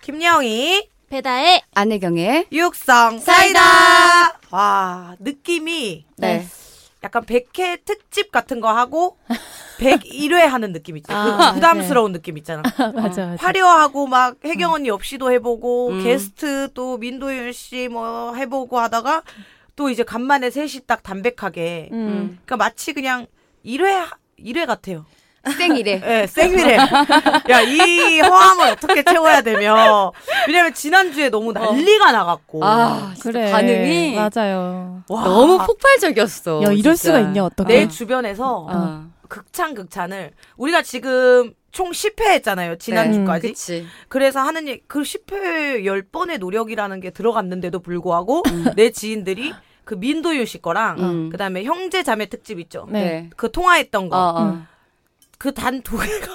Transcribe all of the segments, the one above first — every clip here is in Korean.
배경이 배다의 안혜경의 육성 사이다. 와 느낌이 네. 네. 약간 100회 특집 같은 거 하고 101회 하는 느낌 있지. 아, 그 부담스러운 느낌 있잖아. 맞아 맞아. 화려하고 막 혜경 언니 없이도 해보고 음. 게스트 또 민도윤 씨 뭐 해보고 하다가 또 이제 간만에 셋이 딱 담백하게. 음. 그러니까 마치 그냥 1회 1회 같아요. 생일에 예, 생일에. 야, 이 허함을 어떻게 채워야 되며. 왜냐면 지난주에 너무 난리가 나갔고. 어. 아 진짜 그래 반응이 맞아요. 와, 네. 너무 폭발적이었어. 야 진짜. 이럴 수가 있냐 어떻게? 내 주변에서 어. 극찬 극찬을 우리가 지금 총 10회 했잖아요. 네. 지난주까지. 네. 음, 그치. 그래서 하는 얘기, 그 10회 10번의 노력이라는 게 들어갔는데도 불구하고 내 지인들이 그 민도윤 씨 거랑 음. 그다음에 형제 자매 특집 있죠. 네. 네. 그 통화했던 어, 거. 어. 음. 그 단 두 개가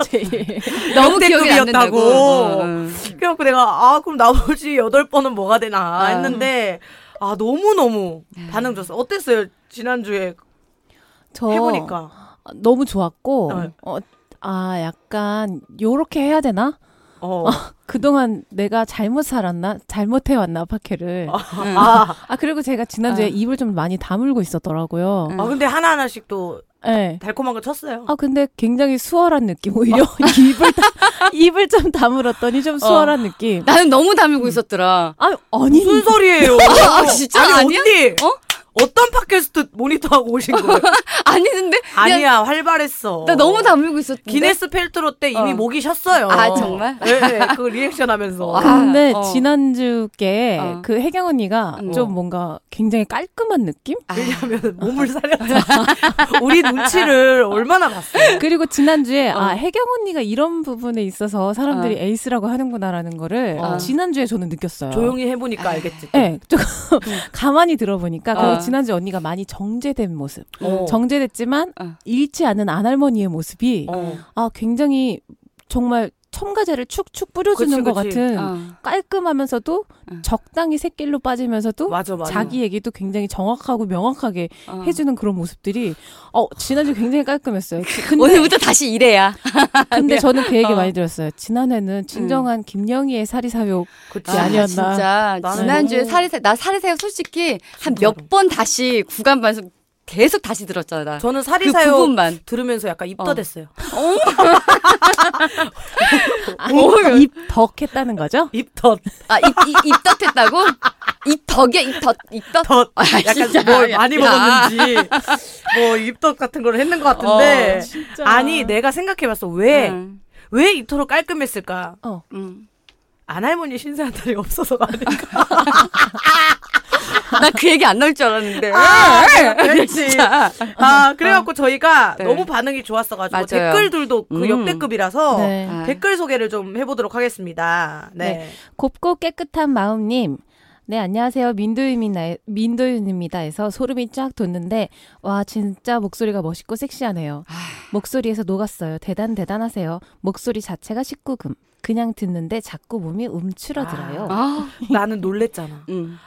너무 기억이 안 역대급이었다고. 난다고. 어, 어. 그래갖고 내가 아 그럼 나머지 여덟 번은 뭐가 되나 아. 네. 했는데 아 너무 너무 반응 좋았어. 어땠어요 지난주에 어. 저 해보니까. 너무 좋았고 어. 어, 아 약간 요렇게 해야 되나? 어. 그동안 내가 잘못 살았나? 잘못 해왔나 파케를. 음. 아, 아 그리고 제가 지난주에 어. 아. 입을 좀 많이 다물고 있었더라고요. 음. 아 근데 하나 하나씩 또 네. 달콤한 걸 쳤어요. 아 근데 굉장히 수월한 느낌 어. 오히려 입을 다, 입을 좀 다물었더니 좀 수월한 느낌. 나는 너무 다물고 있었더라. 아 아니 무슨 소리예요? 아, 진짜 아니 아니야? 언니 어? 어떤 팟캐스트 모니터하고 오신 거예요? 아니 근데 아니야 활발했어. 나 너무 다물고 있었는데. 기네스 펠트로 때 이미 어. 목이 쉬었어요. 아, 정말? 네, 네, 그 리액션 하면서. 아, 근데 어. 지난주께 어. 그 혜경 언니가 음. 좀 뭔가 굉장히 깔끔한 느낌? 아, 왜냐면 몸을 살렸잖아. 우리 눈치를 얼마나 봤어요. 아. 그리고 지난주에 아 어. 혜경 언니가 이런 부분에 있어서 사람들이 어. 에이스라고 하는구나라는 거를 어. 지난주에 저는 그- 느꼈어요. 조용히 음. 해보니까 알겠지. 또. 네, 조금 가만히 들어보니까 어. 그리고 지난주 에 언니가 많이 정제된 모습, 어. 정제됐지만 어. 잃지 않은 안할머니의 모습이 어. 아 굉장히 정말 첨가제를 축축 그치, 뿌려주는 것 그치. 같은 어. 깔끔하면서도 어. 적당히 새길로 빠지면서도 맞아, 맞아. 자기 얘기도 굉장히 정확하고 명확하게 어. 해주는 그런 모습들이 어 지난주 굉장히 깔끔했어요. 지- 근데, 오늘부터 다시 이래야. 아, 근데 저는 그 얘기 어. 많이 들었어요. 지난해는 음. 진정한 김영희의 사리사욕 그치. 아, 아니었나. 진짜 나는 지난주에 너무- 사리세 나 사리세요 솔직히 한 진짜로. 몇 번 다시 구간 반송 계속 다시 들었잖아. 나. 저는 그 사리사요 부분만. 들으면서 약간 입덧했어요. 입 덕했다는 거죠? 입덧, 아, 입, 입, 입덧했다고? 입덕이야, 입덧, 입덧? 덧. 아, 약간 진짜. 뭘 많이 야. 먹었는지. 뭐 입덧 같은 걸 했는 것 같은데. 어, 아니, 내가 생각해봤어. 왜, 응. 왜 입토록 깔끔했을까? 어. 응. 안할머니 신세한 딸이 없어서가 아닌가. 나 그 얘기 안 나올 줄 알았는데. 아, 그렇지. 아, 네. 진짜. 아, 그래갖고 저희가 네. 너무 반응이 좋았어가지고 맞아요. 댓글들도 그 음. 역대급이라서 네. 아. 댓글 소개를 좀 해보도록 하겠습니다. 네. 곱고 깨끗한 마음님. 네, 안녕하세요. 민도윤입니다. 민도윤입니다에서 소름이 쫙 돋는데, 와, 진짜 목소리가 멋있고 섹시하네요. 아. 목소리에서 녹았어요. 대단, 대단하세요. 목소리 자체가 19금. 그냥 듣는데 자꾸 몸이 움츠러들어요. 아, 나는 놀랬잖아. 응.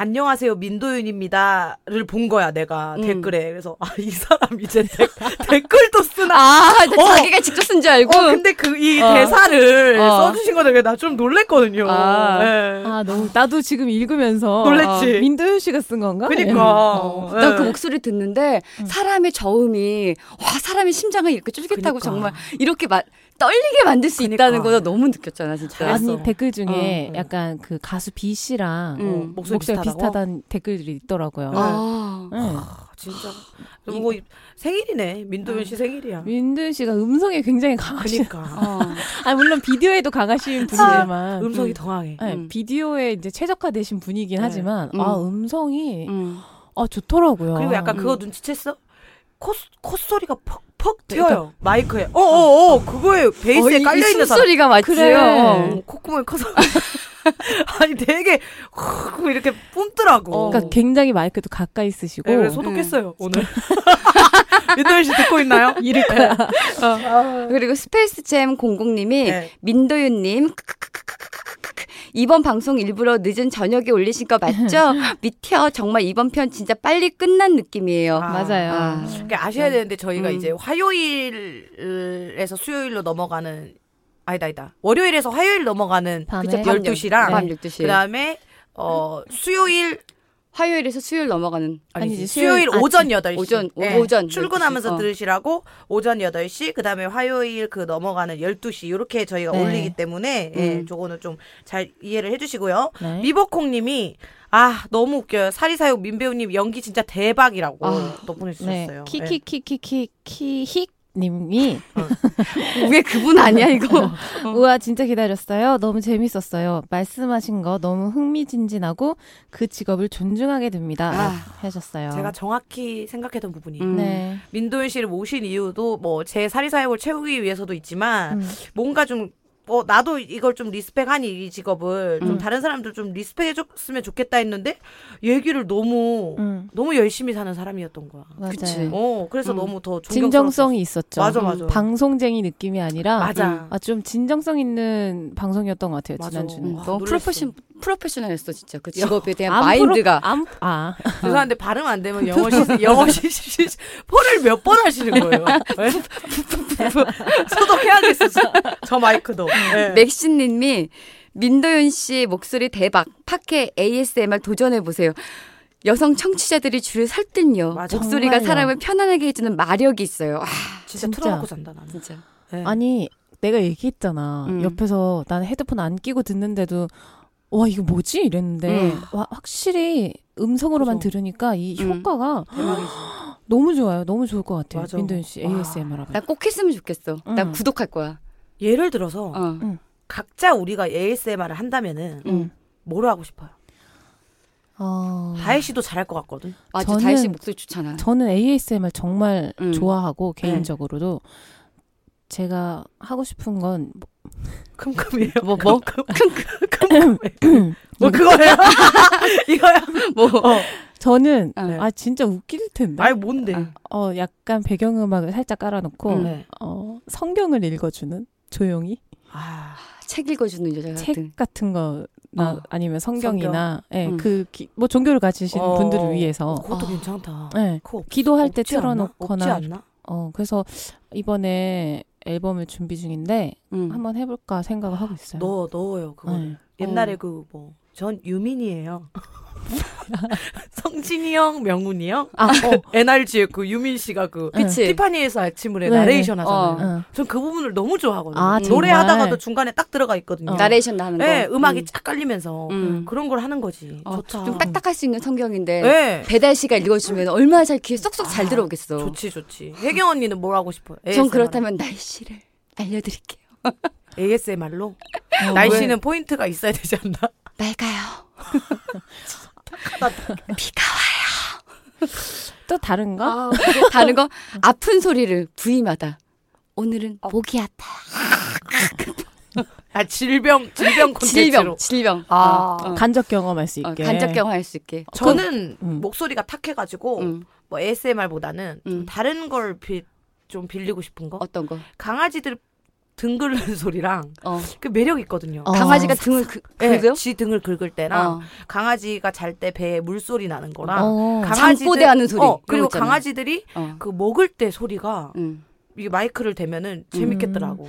안녕하세요 민도윤입니다를 본 거야 내가 음. 댓글에 그래서 아 이 사람 이제 댓- 댓글도 쓰나 아, 나 어. 자기가 직접 쓴 줄 알고. 어 근데 그 이 어. 대사를 어. 써주신 거에 나좀 놀랬거든요 아. 예. 아, 너무, 나도 지금 읽으면서. 아, 놀랬지? 민도윤 씨가 쓴 건가? 네. 그니까 네. 어, 난그 목소리 듣는데 음. 사람의 저음이 와 사람의 심장을 이렇게 쫄깃하고 그니까. 어, 정말 이렇게 막 떨리게 만들 수 그니까. 있다는 거나 너무 느꼈잖아 진짜. 잘했어. 음. 아니 댓글 중에 어, 응. 약간 그 가수 B 씨랑 응. 어, 목소리, 목소리 비슷하다고? 비슷하다는 댓글들이 있더라고요. 어. 아. 응. 아, 진짜 뭐 생일이네 민도윤 씨 생일이야 민든 씨가 음성이 굉장히 강하신. 그니까 어. 아 물론 비디오에도 강하신 분이지만. 음성이 더하게 네, 음. 비디오에 이제 최적화되신 분이긴 네. 하지만 음. 아 음성이 음. 아 좋더라고요. 그리고 약간 음. 그거 눈치챘어 코 콧소리가 퍽퍽 튀어요 마이크에 어어어 그거에 베이스에 이- 이 깔려 있는 사람 숨소리가 맞지요. 그래. 어. 어, 콧구멍이 커서 아니 되게 후 이렇게 뿜더라고. 그러니까 음. 굉장히 마이크도 가까이 쓰시고 네, 그래서 소독했어요 오늘. 민도현 씨 듣고 있나요? 이럴 거야. 그리고 스페이스잼 공공님이 네. 민도윤님 크크크크크크크크. 이번 방송 일부러 늦은 저녁에 올리신 거 맞죠? 미티어 정말 이번 편 진짜 빨리 끝난 느낌이에요. 아. 맞아요. 아. 네. 음. 그러니까 아셔야 되는데 저희가 음. 이제 화요일에서 수요일로 넘어가는 아니다 아니다 월요일에서 화요일 넘어가는 밤에 그쵸, 밤 12시랑 아- 밤 12시. 그다음에 어 수요일 화요일에서 수요일 넘어가는 아니지, 아니지, 수요일 수요일 아침, 오전 8시 예. 오전, 오- 오전 출근하면서 12시, 어. 들으시라고 오전 8시 그다음에 화요일 그 넘어가는 12시 이렇게 저희가 네. 올리기 때문에 예, 음. 저거는 좀 잘 이해를 해 주시고요. 네. 미버콩 님이 아, 너무 웃겨요. 사리사욕 민배우 님 연기 진짜 대박이라고 아, 또 보내 네. 주셨어요. 예. 키키키키키키킥 님이 왜 그분 아니야 이거? 우와 진짜 기다렸어요. 너무 재밌었어요. 말씀하신 거 너무 흥미진진하고 그 직업을 존중하게 됩니다. 아. 하셨어요. 제가 정확히 생각했던 부분이 음. 네. 민도윤 씨를 모신 이유도 뭐 제 사리사욕을 채우기 위해서도 있지만 음. 뭔가 좀 어, 나도 이걸 좀 리스펙하니, 이 직업을. 좀 음. 다른 사람들 좀 리스펙해줬으면 좋겠다 했는데, 얘기를 너무, 음. 너무 열심히 사는 사람이었던 거야. 맞아요. 그치. 어, 그래서 음. 너무 더 존경스러웠어. 진정성이 있었죠. 음, 맞아, 맞아. 방송쟁이 느낌이 아니라 맞아. 아, 좀 진정성 있는 방송이었던 것 같아요. 맞아. 지난주는. 음, 와, 너무 놀랐어. 프로페션 프로페셔널했어 진짜 그 직업에 대한 안 마인드가 프로- 안- 아. 죄송한데, 발음 안 되면 영어 시, 영어 시, 시, 시, 포를 몇 번 하시는 거예요? 네? 소독해야겠어, 저, 저 마이크도. 네. 맥신님이 민도윤 씨 목소리 대박 팟캐 ASMR 도전해 보세요. 여성 청취자들이 줄을 설득요. 맞아. 목소리가 정말요. 사람을 편안하게 해주는 마력이 있어요. 아, 진짜, 진짜. 틀어놓고 잔다, 나는. 진짜. 네. 아니 내가 얘기했잖아. 음. 옆에서 난 헤드폰 안 끼고 듣는데도 와 이거 뭐지 이랬는데 음. 와 확실히 음성으로만 그죠. 들으니까 이 음. 효과가 대박이지. 너무 좋아요. 너무 좋을 것 같아요. 맞아. 민도윤 씨 와. ASMR 하면. 나 꼭 했으면 좋겠어. 나 음. 구독할 거야. 예를 들어서, 어. 음. 각자 우리가 ASMR을 한다면은, 음. 뭐로 하고 싶어요? 어, 다혜 씨도 잘할 것 같거든. 맞아. 저는- 다혜 씨 목소리 좋잖아. 저는 ASMR 정말 음. 좋아하고 네. 개인적으로도 제가 하고 싶은 건 큼큼이에요. 뭐, 뭐? 뭐 그거예요? 이거야? 뭐. 저는 어. 네. 아 진짜 웃길 텐데. 아니 뭔데? 아. 어 약간 배경음악을 살짝 깔아놓고 음. 네. 어 성경을 읽어주는 조용히. 아, 책 읽어주는 여자 네, 같은. 책 같은 거나 어. 아니면 성경이나 예, 음. 그 뭐 종교를 가지신 어. 분들을 위해서 그것도 아. 괜찮다. 예. 그거 없- 기도할 때 없지 않나? 틀어놓거나. 없지 않나? 어 그래서 이번에 앨범을 준비 중인데 음. 한번 해볼까 생각을 하고 있어요. 넣어 넣어요. 그거 예. 옛날에 그 뭐 전 유민이에요. 성진이 형, 명훈이 형, 아, 어, NRG의 그 유민 씨가 그 예. 그치. 티파니에서 아침을 해 네, 나레이션 네. 하잖아요. 어. 전 그 부분을 너무 좋아하거든요. 아, 정말? 노래하다가도 중간에 딱 들어가 있거든요. 어. 나레이션 나 하는 거. 네, 음악이 음. 쫙 깔리면서 음. 그런 걸 하는 거지. 어, 좋다. 좀 딱딱할 수 있는 성경인데 네. 배달 씨가 읽어주면 얼마나 잘 귀에 쏙쏙 잘 아, 네, 들어오겠어. 좋지 좋지. 혜경 언니는 뭘 하고 싶어요? 전 ASMR. 그렇다면 날씨를 알려드릴게요. ASMR로 어, 날씨는 포인트가 있어야 되지 않나? 맑아요. 비가 또 다른가? 와. 다른 거 아픈 소리를 부위마다. 오늘은 어, 목이 아파. 아 질병 질병 콘텐츠로. 질병, 질병. 아. 어, 어. 간접 경험할 수 어, 있게. 간접 경화할 수 있게. 저는 음. 목소리가 탁해가지고 음, 뭐 ASMR보다는 좀 음. 다른 걸 빌 좀 빌리고 싶은 거 어떤 거? 강아지들 등 긁는 소리랑 어. 그 매력 있거든요. 어. 강아지가 등을 그, 예, 긁어요? 지 등을 긁을 때랑 어. 강아지가 잘 때 배에 물소리 나는 거랑 어. 강아지들- 잠꼬대하는 소리. 어, 이런 거 그리고 있잖아. 강아지들이 어. 그 먹을 때 소리가 음. 이 마이크를 대면은 재밌겠더라고. 어.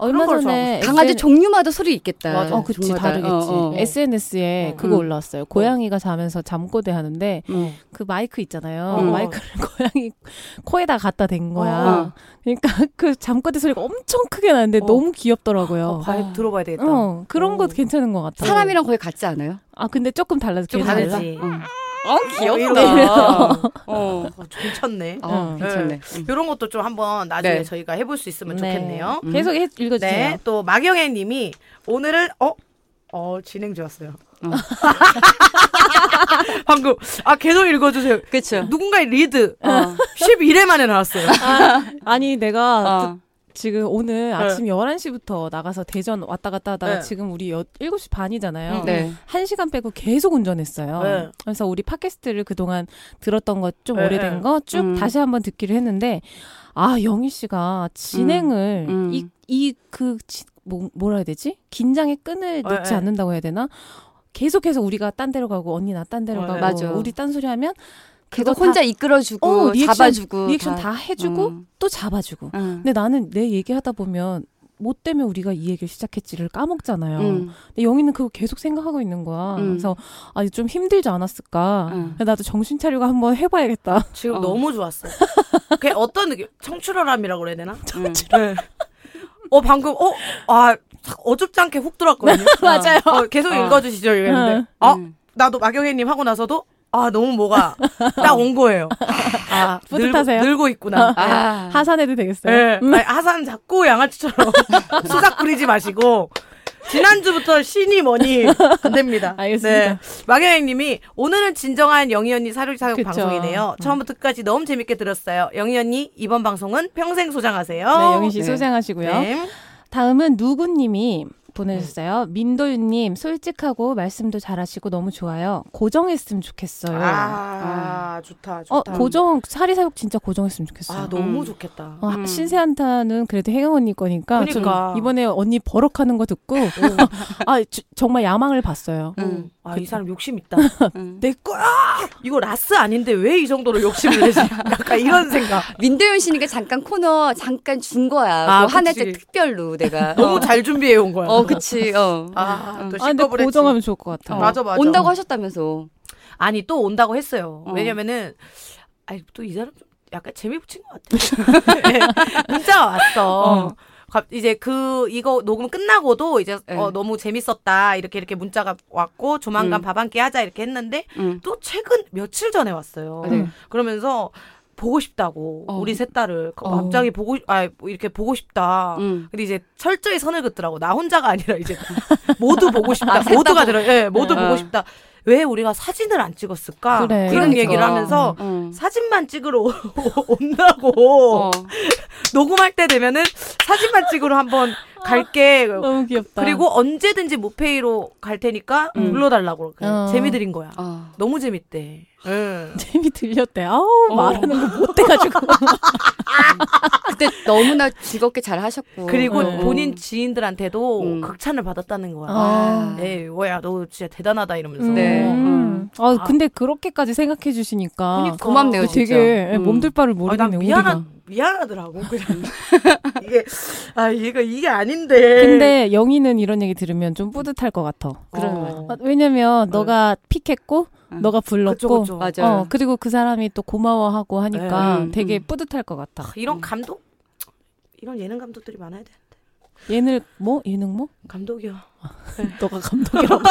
얼마 그런 걸 전에 강아지 SN 종류마다 소리 있겠다. 맞아. 어, 그치, 종류마다. 다르겠지. 어, 어. SNS에 어. 그거 음. 올라왔어요. 고양이가 자면서 잠꼬대 하는데, 음. 그 마이크 있잖아요. 어. 마이크를 고양이 코에다 갖다 댄 어. 거야. 그러니까 그 잠꼬대 소리가 엄청 크게 나는데 어. 너무 어, 귀엽더라고요. 봐, 어. 들어봐야 되겠다. 어, 그런 어. 것도 괜찮은 것 같아요. 사람이랑 거의 같지 않아요? 아, 근데 조금 달라서 좀 걔는 달라? 다르지. 응. 어, 귀엽다. 어. 어, 괜찮네. 어, 응. 괜찮네. 응. 이런 것도 좀 한번 나중에 네. 저희가 해볼 수 있으면 네. 좋겠네요. 음. 계속 해, 읽어주세요. 네, 또 막영애님이 오늘은 어, 어 진행 좋았어요. 어. 방금 아 계속 읽어주세요. 그쵸. 누군가의 리드 네. 어. 11회 만에 나왔어요. 아니, 내가 어. 네. 지금 오늘 아침 11시부터 나가서 대전 왔다 갔다 하다가 네. 지금 우리 여, 7시 반이잖아요. 음, 네. 한시간 빼고 계속 운전했어요. 네. 그래서 우리 팟캐스트를 그동안 들었던 것 좀 네, 네. 오래된 거 쭉 음. 다시 한번 듣기로 했는데 아, 영희 씨가 진행을 음, 음. 이 이 그 뭐, 뭐라 해야 되지? 긴장의 끈을 어, 네, 예. 놓지 네. 않는다고 해야 되나? 계속해서 우리가 딴 데로 가고 언니 나 딴 데로 어, 가고 네. 예. 맞아. 우리 딴소리 하면 그거 계속 다- 혼자 이끌어주고 어, 리액션- 잡아주고 리액션 다. 다 해주고 네. 음. 또 잡아주고 응. 근데 나는 내 얘기하다 보면 뭐 때문에 우리가 이 얘기를 시작했지를 까먹잖아요. 음, 근데 영희는 그거 계속 생각하고 있는 거야. 음. 그래서 아, 이거 좀 힘들지 않았을까. 음. 나도 정신 차리고 한번 해봐야겠다. 지금 어. 너무 좋았어. 그게 어떤 느낌? 청출어람이라고 그래야 되나? 음. 네. 어 방금 어 아 어줍지 않게 훅 들어왔거든요. 네, 맞아요. 어, 계속 어. 읽어주시죠 응. 이랬는데 아 음. 나도 마경혜님 하고 나서도 아 너무 뭐가 딱 온 거예요. 아 뿌듯하세요? 어. 네. 늘고, 늘고 있구나. 아, 하산해도 되겠어요. 예. 아니, 하산 자꾸 양아치처럼 수작 부리지 마시고. 지난주부터 신이 뭐니 안 됩니다. 알겠습니다. 마경영님이 오늘은 진정한 영희 언니 사료사용 그쵸. 어. 방송이네요. 처음부터 끝까지 너무 재밌게 들었어요. 영희 언니 이번 방송은 평생 소장하세요. 네, 영희 씨 네. 소장하시고요. 어. 네. 다음은 누구님이 보내주셨어요. 민도윤님 솔직하고 말씀도 잘하시고 너무 좋아요. 고정했으면 좋겠어요. 아, 좋다, 네. 어 좋다. 고정 사리사욕 진짜 고정했으면 좋겠어요. 아, 너무 음. 좋겠다. 어, 음. 신세한타는 그래도 혜경 언니 거니까 좀 그러니까. 이번에 언니 버럭하는 거 듣고 아 주- 정말 야망을 봤어요. 음. 아, 이 사람 욕심 있다. 음. 내 거야! 이거 라스 아닌데 왜 이 정도로 욕심을 내지? 약간 이런 생각. 어. 민도윤 씨니까 잠깐 코너 잠깐 준 거야. 아, 뭐 하나 째 그치. 특별로 내가. 너무 잘 준비해 온 거야. 어, 그치. 어. 아, 또 아 근데 시끄럽을 했지. 고정하면 좋을 것 같아요. 어. 맞아, 맞아. 온다고 하셨다면서. 아니 또 온다고 했어요. 어. 왜냐면은 아니 또 이 사람 좀 약간 재미 붙인 것 같아. 네, 문자가 왔어. 어. 갑- 이제 그 이거 녹음 끝나고도 이제 네. 어, 너무 재밌었다 이렇게 이렇게 문자가 왔고 조만간 음. 밥 한 끼 하자 이렇게 했는데 음. 또 최근 며칠 전에 왔어요. 네. 그러면서 보고 싶다고 어. 우리 셋 딸을 그 어. 갑자기 보고 아 이렇게 보고 싶다. 음. 근데 이제 철저히 선을 긋더라고. 나 혼자가 아니라 이제 모두 보고 싶다. 아, 모두가 들어. 예, 모두 네. 보고 싶다. 왜 우리가 사진을 안 찍었을까? 네. 그래. 이런 그러니까. 얘기를 하면서 음. 사진만 찍으러 온다고 어. 녹음할 때 되면은 사진만 찍으러 한번 어. 갈게. 너무 귀엽다. 그리고 언제든지 무페이로 갈 테니까 음. 불러달라고 그래. 어. 재미 들인 거야. 어. 너무 재밌대. 예. 재미 들렸대. 아우 어. 말하는 거 못돼가지고. 그때 너무나 즐겁게 잘 하셨고. 그리고 어. 본인 지인들한테도 음. 극찬을 받았다는 거야. 어. 아. 에이, 뭐야, 너 진짜 대단하다 이러면서. 네. 음. 아 아. 근데 그렇게까지 생각해 주시니까 그니까. 고맙네요, 근데 진짜. 되게 예, 음. 몸둘 바를 모르겠네. 어, 아난 우리가. 미안한 미안하더라고 그냥 이게 아 얘가 이게 아닌데 근데 영희는 이런 얘기 들으면 좀 뿌듯할 것 같아. 어. 그런 아, 왜냐면 너가 픽했고 응. 너가 불렀고 그쵸 그쵸 맞아. 어 그리고 그 사람이 또 고마워하고 하니까 네. 음, 되게 음. 뿌듯할 것 같다. 아, 이런 감독 이런 예능 감독들이 많아야 돼 얘는 뭐 예능 뭐? 감독이요 너가 감독이라고?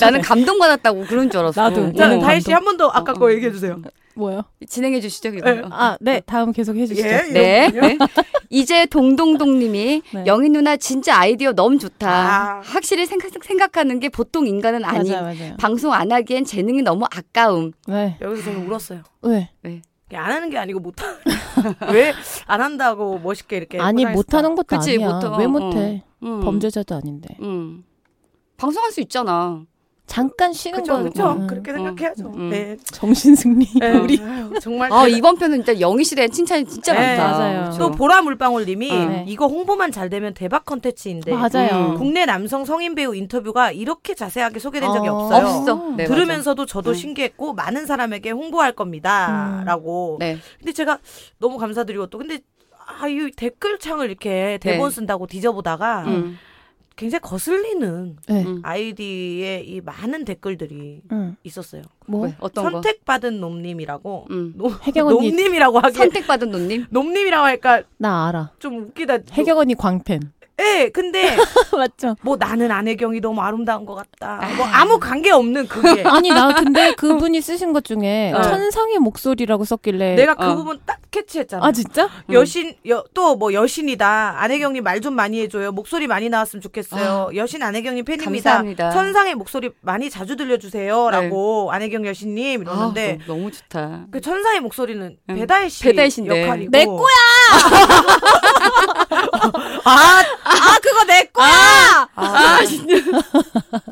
나는 감동받았다고 그런 줄 알았어. 나도. 자 예능 다혜 씨한 번 더 아까 어, 거 어. 얘기해 주세요 뭐예요? 진행해 주시죠, 그거. 아 네 다음 계속 해주시죠. 예 네. 이런 분이요? 이제 동동동님이 네. 영희 누나 진짜 아이디어 너무 좋다. 아. 확실히 생각, 생각하는 게 보통 인간은 아닌. 맞아 맞아요. 방송 안 하기엔 재능이 너무 아까움. 네 여기서 저는 울었어요 왜? 이게 안 하는 게 아니고 못 하는 왜 안 한다고 멋있게 이렇게 아니 예, 포장했을까? 못하는 것도 그치, 아니야. 못하- 왜 어, 못해? 음. 범죄자도 아닌데. 음. 방송할 수 있잖아. 잠깐 쉬는 그쵸 거. 그쵸 음. 그렇게 생각해야죠 음. 네, 정신 승리. 네. 우리 아유, 정말 그 아 이번 편은 진짜 영희 씨에 대한 칭찬이 진짜 네, 많다. 맞아요. 그쵸? 또 보라물방울님이 네. 이거 홍보만 잘 되면 대박 컨텐츠인데 음. 맞아요. 국내 남성 성인 배우 인터뷰가 이렇게 자세하게 소개된 적이 어. 없어요. 없어. 네, 들으면서도 저도 음. 신기했고 많은 사람에게 홍보할 겁니다. 음. 라고. 맞아. 네. 근데 제가 너무 감사드리고 또 근데 아, 이 댓글창을 이렇게 대본 네. 쓴다고 뒤져보다가 음. 굉장히 거슬리는 네. 음. 아이디의 이 많은 댓글들이 응. 있었어요. 뭐? 왜? 어떤 거? 선택받은 놈님이라고. 음. 혜경 언니 놈님이라고 하기에 선택받은 논님. 놈님이라고 하니까 나 알아. 좀 웃기다. 혜경 언니 광팬. 예, 근데 맞죠? 뭐 나는 안혜경이 너무 아름다운 것 같다. 뭐 아무 관계 없는 그게. 아니 나 근데 그분이 쓰신 것 중에 어. 천상의 목소리라고 썼길래 내가 그 어. 부분 딱 캐치했잖아. 아 진짜? 음. 여신 또 뭐 여신이다 안혜경님 말 좀 많이 해줘요 목소리 많이 나왔으면 좋겠어요 여신 안혜경님 팬입니다 감사합니다. 천상의 목소리 많이 자주 들려주세요라고 안혜경 여신님 아, 이러는데 너무, 너무 좋다. 그 천상의 목소리는 음. 배다혜 씨 배다혜 씨인데. 역할이고 내 거야! 아, 아 그거 내 거야 아, 진짜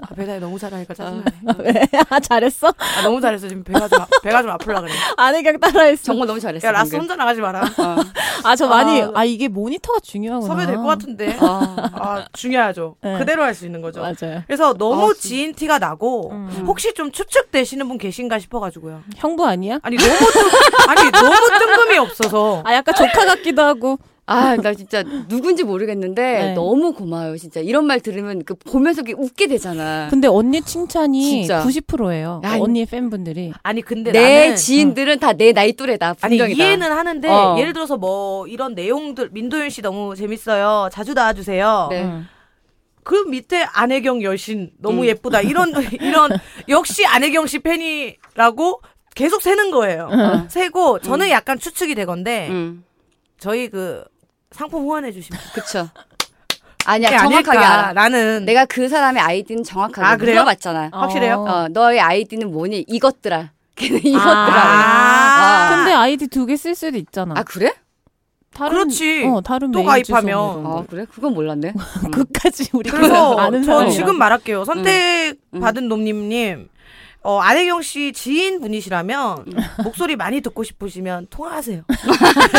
아, 배다혜 너무 잘하니까 짜증나네 왜? 아, 잘했어? 아, 너무 잘했어 지금 배가 좀 아- 배가 좀 아플라 그래 안혜경 따라했어. 정말 너무 잘했어. 야 라스 방금. 혼자 나가지 마라 어. 아 저 많이 아. 아, 이게 모니터가 중요하구나. 섭외 될 것 같은데 아. 아 중요하죠 네. 그대로 할 수 있는 거죠 맞아요. 그래서 너무 아, 진짜. 지인 티가 나고 음. 혹시 좀 추측되시는 분 계신가 싶어가지고요. 형부 아니야? 아니 너무 뜬, 아니 너무 뜬금이 없어서 아 약간 조카 같기도 하고. 아, 나 진짜 누군지 모르겠는데 네. 너무 고마워요, 진짜. 이런 말 들으면 그 보면서 이렇게 웃게 되잖아. 근데 언니 칭찬이 진짜. 90%예요. 아이. 언니의 팬분들이. 아니 근데 내 나는 지인들은 다 내 나이 또래다. 아니 분명이다. 이해는 하는데 어. 예를 들어서 뭐 이런 내용들 민도윤 씨 너무 재밌어요. 자주 나와주세요. 네. 응. 그 밑에 안혜경 여신 너무 음. 예쁘다 이런 이런 역시 안혜경 씨 팬이라고 계속 세는 거예요. 어. 세고 저는 약간 추측이 되건데 음, 저희 그 상품 후원해 주시면 그쵸. 아니야, 그게 정확하게 아닐까. 알아. 나는 내가 그 사람의 아이디는 정확하게 아, 그래요? 물어봤잖아. 확실해요? 어. 너의 아이디는 뭐니? 이것들아. 걔는 이것들아. 아. 아. 근데 아이디 두 개 쓸 수도 있잖아. 아, 그래? 다른, 그렇지. 어, 다른 또 메일 가입하면. 아. 주소 뭐 이런 거. 아, 그래? 그건 몰랐네. 음. 끝까지 우리 그래서 아는 저 사람이 지금 말할게요. 선택 음. 받은 놈님님. 어, 안혜경 씨 지인 분이시라면 음. 목소리 많이 듣고 싶으시면 통화하세요.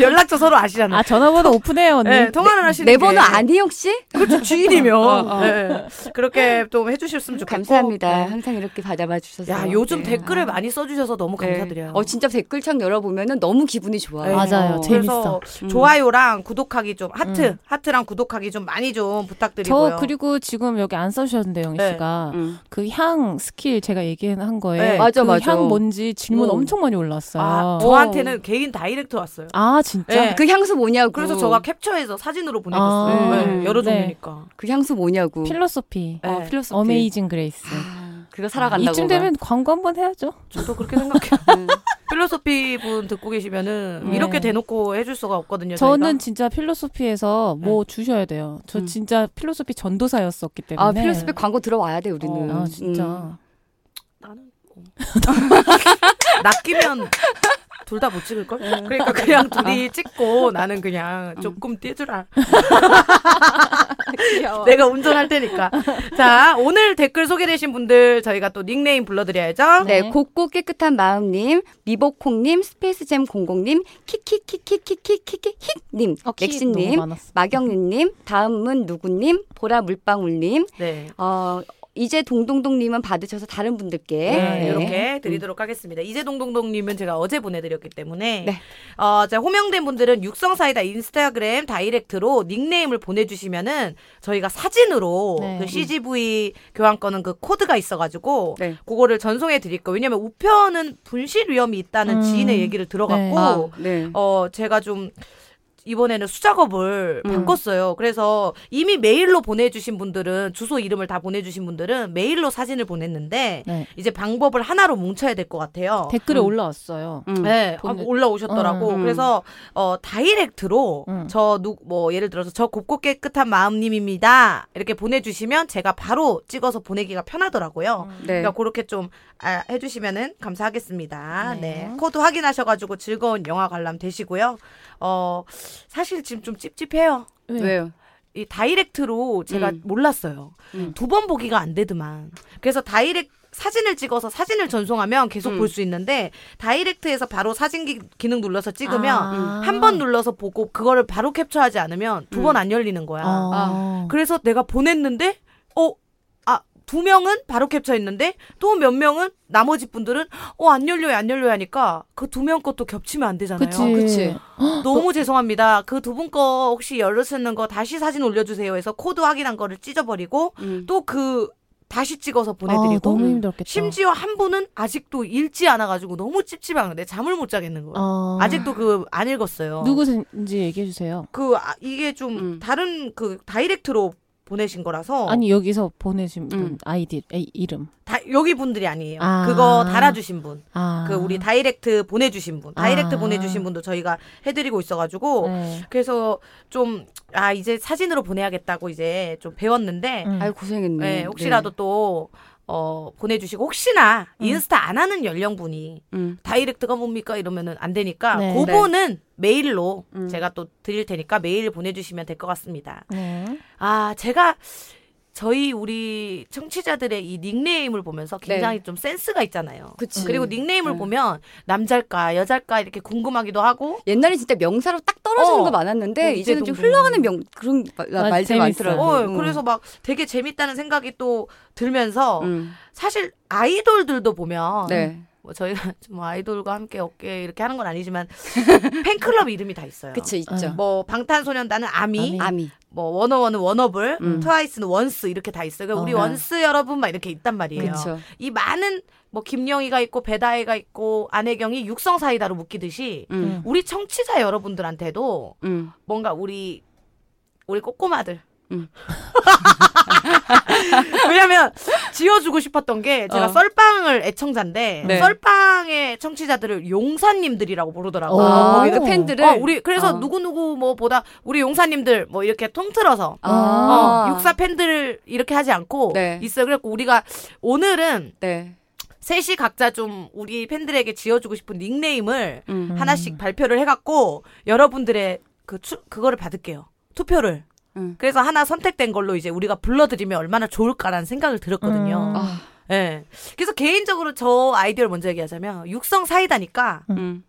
연락처 서로 아시잖아요. 아 전화번호 오픈해요 언니. 네. 예, 통화를 하시는 내 게- 네. 번호 안희영 씨? 그렇죠 주인이면 어, 어. 예, 그렇게 좀 해주셨으면 좋겠고 감사합니다. 예. 항상 이렇게 받아봐 주셔서. 야 요즘 네. 댓글을 많이 써주셔서 너무 네. 감사드려요. 어 진짜 댓글창 열어보면은 너무 기분이 좋아요. 네. 맞아요. 어. 재밌- 그래서 음. 좋아요랑 구독하기 좀 하트 음. 하트랑 구독하기 좀 많이 좀 부탁드리고요. 저 그리고 지금 여기 안 써주셨는데 영희 네. 씨가 음. 그 향 스킬 제가 얘기한 거에 네. 맞아, 그 맞아. 향 뭔지 질문 음. 엄청 많이 올라왔어요. 아, 아, 저한테는 개인 다이렉트 왔어요. 진짜? 네. 그 향수 뭐냐고. 그래서 제가 캡처해서 사진으로 보내줬어요. 아. 네, 여러 네. 종류니까. 그 향수 뭐냐고. 필로소피, 네. 어, 필로소피. 어메이징 그레이스. 아, 그거 살아간다고. 이쯤 되면 광고 한번 해야죠. 네. 저도 그렇게 생각해요. 막. 음. 필로소피 분 듣고 계시면은 네. 이렇게 대놓고 해줄 수가 없거든요. 저는 저희가. 진짜 필로소피에서 뭐 주셔야 돼요. 저 음. 진짜 필로소피 전도사였었기 때문에. 아 필로소피 광고 들어와야 돼 우리는. 아, 진짜. 음. 나는 뭐. 낚이면 둘 다 못 찍을 걸? 그러니까 그냥 둘이 찍고 나는 그냥 조금 띄주라. 네. 내가 운전할 테니까. 자, 오늘 댓글 소개되신 분들 저희가 또 닉네임 불러드려야죠. 네, 네. 곱고 깨끗한 마음님, 미보콩님, 스페이스잼 공공님, 키키키키키키키키킥님, 어, 키 너무 렉신님, 많았어. 마경윤님, 다음은 누구님, 보라 물방울님, 네. 어 이제 동동동님은 받으셔서 다른 분들께 네, 네. 이렇게 드리도록 하겠습니다. 이재동동동님은 제가 어제 보내드렸기 때문에 네. 어, 자, 호명된 분들은 육성사이다 인스타그램 다이렉트로 닉네임을 보내주시면은 저희가 사진으로 네. 그 CGV 교환권은 그 코드가 있어가지고 네. 그거를 전송해 드릴 거예요. 왜냐면 우편은 분실 위험이 있다는 음. 지인의 얘기를 들어갔고 아, 네. 어, 제가 좀 이번에는 수작업을 음. 바꿨어요. 그래서 이미 메일로 보내주신 분들은 주소 이름을 다 보내주신 분들은 메일로 사진을 보냈는데 네. 이제 방법을 하나로 뭉쳐야 될 것 같아요. 댓글에 음. 올라왔어요. 음. 네, 아, 보내- 올라오셨더라고. 음, 음. 그래서 어 다이렉트로 음. 저 누 뭐 예를 들어서 저 곱고 깨끗한 마음님입니다 이렇게 보내주시면 제가 바로 찍어서 보내기가 음. 편하더라고요. 네. 그러니까 그렇게 좀 아, 해주시면은 감사하겠습니다. 네. 네. 코드 확인하셔가지고 즐거운 영화 관람 되시고요. 어 사실 지금 좀 찝찝해요. 왜? 왜요? 이 다이렉트로 제가 음. 몰랐어요. 음. 두 번 보기가 안 되더만. 그래서 다이렉 사진을 찍어서 사진을 전송하면 계속 음. 볼 수 있는데 다이렉트에서 바로 사진 기, 기능 눌러서 아. 찍으면 음, 한 번 눌러서 보고 그거를 바로 캡처하지 않으면 두 번 안 열리는 거야. 어. 아. 어. 그래서 내가 보냈는데 어, 아, 두 명은 바로 캡처했는데 또 몇 명은 나머지 분들은 어, 안 열려요, 안 열려요 하니까 그 두 명 것도 겹치면 안 되잖아요. 그치. 그치. 너무 죄송합니다. 그 두 분 거 혹시 열으시는 거 다시 사진 올려주세요 해서 코드 확인한 거를 찢어버리고 음. 또 그 다시 찍어서 아, 보내드리고 너무 힘들었겠다. 심지어 한 분은 아직도 읽지 않아가지고 너무 찝찝한데 잠을 못 자겠는 거예요. 아. 아직도 그 안 읽었어요. 누구든지 얘기해 주세요. 그 아, 이게 좀 음. 다른 그 다이렉트로 보내신 거라서 아니 여기서 보내신 분 음. 아이디 에, 이름. 다- 여기 분들이 아니에요. 아. 그거 달아주신 분, 아. 그 우리 다이렉트 보내주신 분, 다이렉트 아. 보내주신 분도 저희가 해드리고 있어가지고 네. 그래서 좀 아 이제 사진으로 보내야겠다고 이제 좀 배웠는데 음. 아유 고생했네. 예, 혹시라도 네. 또 어, 보내주시고 혹시나 음. 인스타 안 하는 연령분이 음. 다이렉트가 뭡니까 이러면은 안 되니까 네. 그분은 메일로 음. 제가 또 드릴 테니까 메일 보내주시면 될 것 같습니다. 네. 아 제가 저희 우리 청취자들의 이 닉네임을 보면서 굉장히 좀 센스가 있잖아요. 그치. 리고 닉네임을 네. 보면 남잘까 여잘까 이렇게 궁금하기도 하고 옛날에 진짜 명사로 딱 떨어지는 어. 거 많았는데 어, 이제는 좀 이재동도. 흘러가는 명 그런 마- 맞아, 말들이 재밌어요. 많더라고. 어, 음. 그래서 막 되게 재밌다는 생각이 또 들면서 음. 사실 아이돌들도 보면 네. 뭐 뭐 저희가 좀 아이돌과 함께 어깨 이렇게 하는 건 아니지만 팬클럽 이름이 다 있어요. 그쵸 있죠. 응. 뭐 방탄소년단은 아미, 아미. 아미. 뭐 워너원은 워너블, 음. 트와이스는 원스 이렇게 다 있어요. 그러니까 우리 어. 원스 여러분 막 이렇게 있단 네. 말이에요. 아. 그렇죠. 이 많은 뭐 김영희가 있고 배다혜가 있고 안혜경이 육성 사이다로 묶이듯이 음. 우리 청취자 여러분들한테도 음. 뭔가 우리 우리 꼬꼬마들. 음. 왜냐면 지어주고 싶었던 게 제가 어. 썰빵을 애청자인데 네. 썰빵의 청취자들을 용사님들이라고 부르더라고요. 어. 거기도 거기도 팬들을 어, 우리 그래서 어. 누구누구 뭐보다 우리 용사님들 뭐 이렇게 통틀어서 아. 어, 육사 팬들 이렇게 하지 않고 네. 있어요. 그래갖고 우리가 오늘은 네. 셋이 각자 좀 우리 팬들에게 지어주고 싶은 닉네임을 음. 하나씩 발표를 해갖고 여러분들의 그 추, 그거를 받을게요. 투표를. 음. 그래서 하나 선택된 걸로 이제 우리가 불러드리면 얼마나 좋을까라는 생각을 들었거든요. 음. 아. 예. 그래서 개인적으로 저 아이디어를 먼저 얘기하자면 육성 사이다니까 음.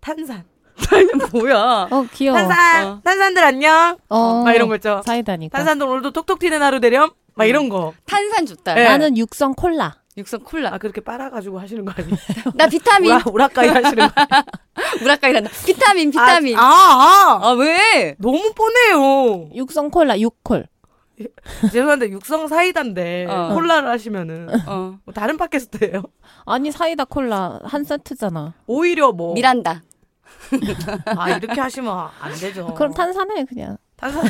탄산. 뭐야? 어 귀여워. 탄산. 어. 탄산들 안녕. 어, 막 이런 거 있죠. 사이다니까. 탄산들 오늘도 톡톡 튀는 하루 되렴. 막 이런 거. 탄산 좋다. 네. 나는 육성 콜라. 육성 콜라. 아 그렇게 빨아가지고 하시는 거 아니에요? 나 그러니까. 비타민. 우라, 우라카이 하시는 거. 우라카이란다. 비타민, 비타민. 아, 아, 아. 아, 왜? 너무 뻔해요. 육성 콜라 육콜. 죄송한데 육성 사이다인데 어. 콜라를 하시면은 어. 뭐 다른 팟캐스트예요. 아니 사이다 콜라 한 세트잖아. 오히려 뭐 아 미란다. 이렇게 하시면 안 되죠. 그럼 탄산해 그냥. 탄산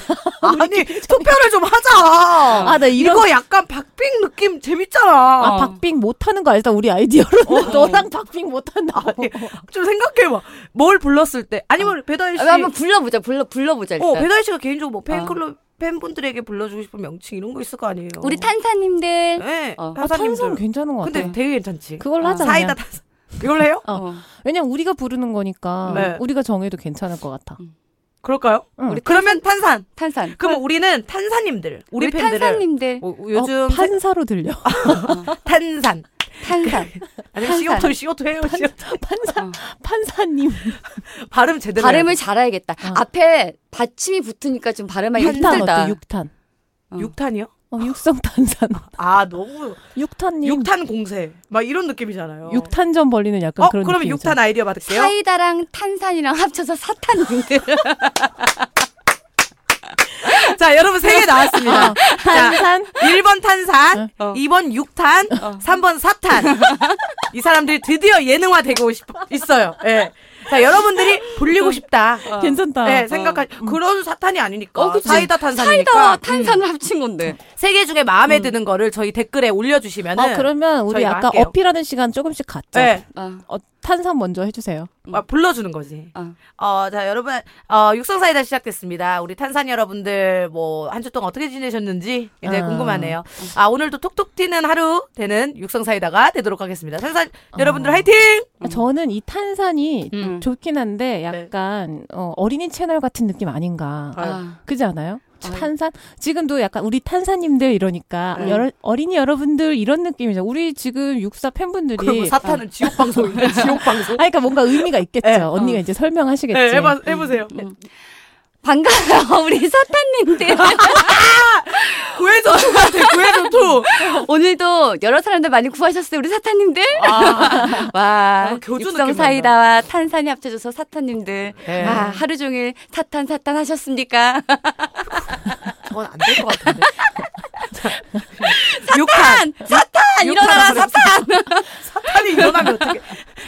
아니 투표를 좀 하자. 아, 나 이런- 어. 이거 어. 약간 박빙 느낌 재밌잖아. 아 박빙 못하는 거 알다 우리 아이디어로. 어. 는 너랑 박빙 못한다. 아니, 좀 생각해봐. 뭘 불렀을 때 아니면 뭐 배다혜 씨. 아, 한번 불러보자. 불러, 불러보자, 일단. 어 배다혜 씨가 개인적으로 뭐 팬클럽 팬분들에게 불러주고 싶은 명칭 이런 거 있을 거 아니에요. 우리 탄산님들. 네. 어. 아, 아, 탄산 탄산님들. 괜찮은 것 같아. 근데 되게 괜찮지. 그걸로 아, 하자. 사이다 그냥. 탄산. 이걸로 해요? 어. 어. 왜냐면 우리가 부르는 거니까 네. 우리가 정해도 괜찮을 것 같아. 어, 그럴까요? 응. 우리 그러면 탄산. 탄산. 그럼 우리는 탄산님들, 우리, 우리 팬들을 탄산님들. 뭐, 요즘 아, 어, 판사로 들려. 탄... 산 탄산. 아니 탄산. CO2 CO2 해요. CO2. 판사 어. 판사님. 발음 제대로. 발음을 잘 알아야겠다. 어. 앞에 받침이 붙으니까 좀 아, 발음하기 육탄 힘들다. 어때? 육탄. 어. 6탄이요? 어, 육성 탄산. 아 너무 육탄님. 6탄 공세 막 이런 느낌이잖아요. 육탄 전 벌리는 약간 어 그런 그러면 느낌이죠. 6탄 아이디어 받을게요. 사이다랑 탄산이랑 합쳐서 사탄님들. 자 여러분 세 개 나왔습니다. 자 아, 탄산. 1번 탄산, 어. 2번 6탄, 3번 사탄. 이 사람들이 드디어 예능화 되고 싶, 있어요. 예. 자 여러분들이 어. 불리고 싶다. 괜찮다. 예, 생각하 그런 사탄이 아니니까 음. 어, 그치. 사이다 탄산이니까 사이다와 탄산을 합친 건데. 세 개 중에 마음에 그렇죠. 드는 거를 저희 댓글에 올려주시면은 아 그러면 우리 네. 저희가 아까 할게요. 어필하는 시간 조금씩 갖자. 예, 아, 어, 탄산 먼저 해주세요. 막 불러주는 거지. 아. 음. 어, 자 여러분, 어, 육성사이다 시작됐습니다. 우리 탄산 여러분들 뭐 한 주 동안 어떻게 지내셨는지 굉장히 아. 궁금하네요. 아 오늘도 톡톡 튀는 하루 되는 육성사이다가 되도록 하겠습니다. 탄산 여러분들 화이팅! 저는 이 탄산이 음. 좋긴 한데 약간 어, 어린이 채널 같은 느낌 아닌가. 네. 아. 아. 그지 않아요? 아유. 탄산 지금도 약간 우리 탄산님들 이러니까 네. 여러- 어린이 여러분들 이런 느낌이죠. 우리 지금 육사 그리고 팬분들이 뭐 사탄은 지옥 방송인데 지옥 방송. 아, 그러니까 뭔가 의미가 있겠죠. 네. 언니가 이제 설명하시겠지. 네, 해봐, 해보세요. 음. 반가워요, 우리 사탄님들. 구해줘 2같아 구해줘 2. 오늘도 여러 사람들 많이 구하셨어요, 우리 사탄님들. 와, 아, 교주 육성 느낌 사이다와 탄산이 합쳐져서 사탄님들. 네. 아, 하루 종일 사탄, 사탄 하셨습니까? 그건 안 될 것 같은데. 사탄! 사탄! 일어나라, 욕하라 사탄! 사탄이 일어나면 어떻게?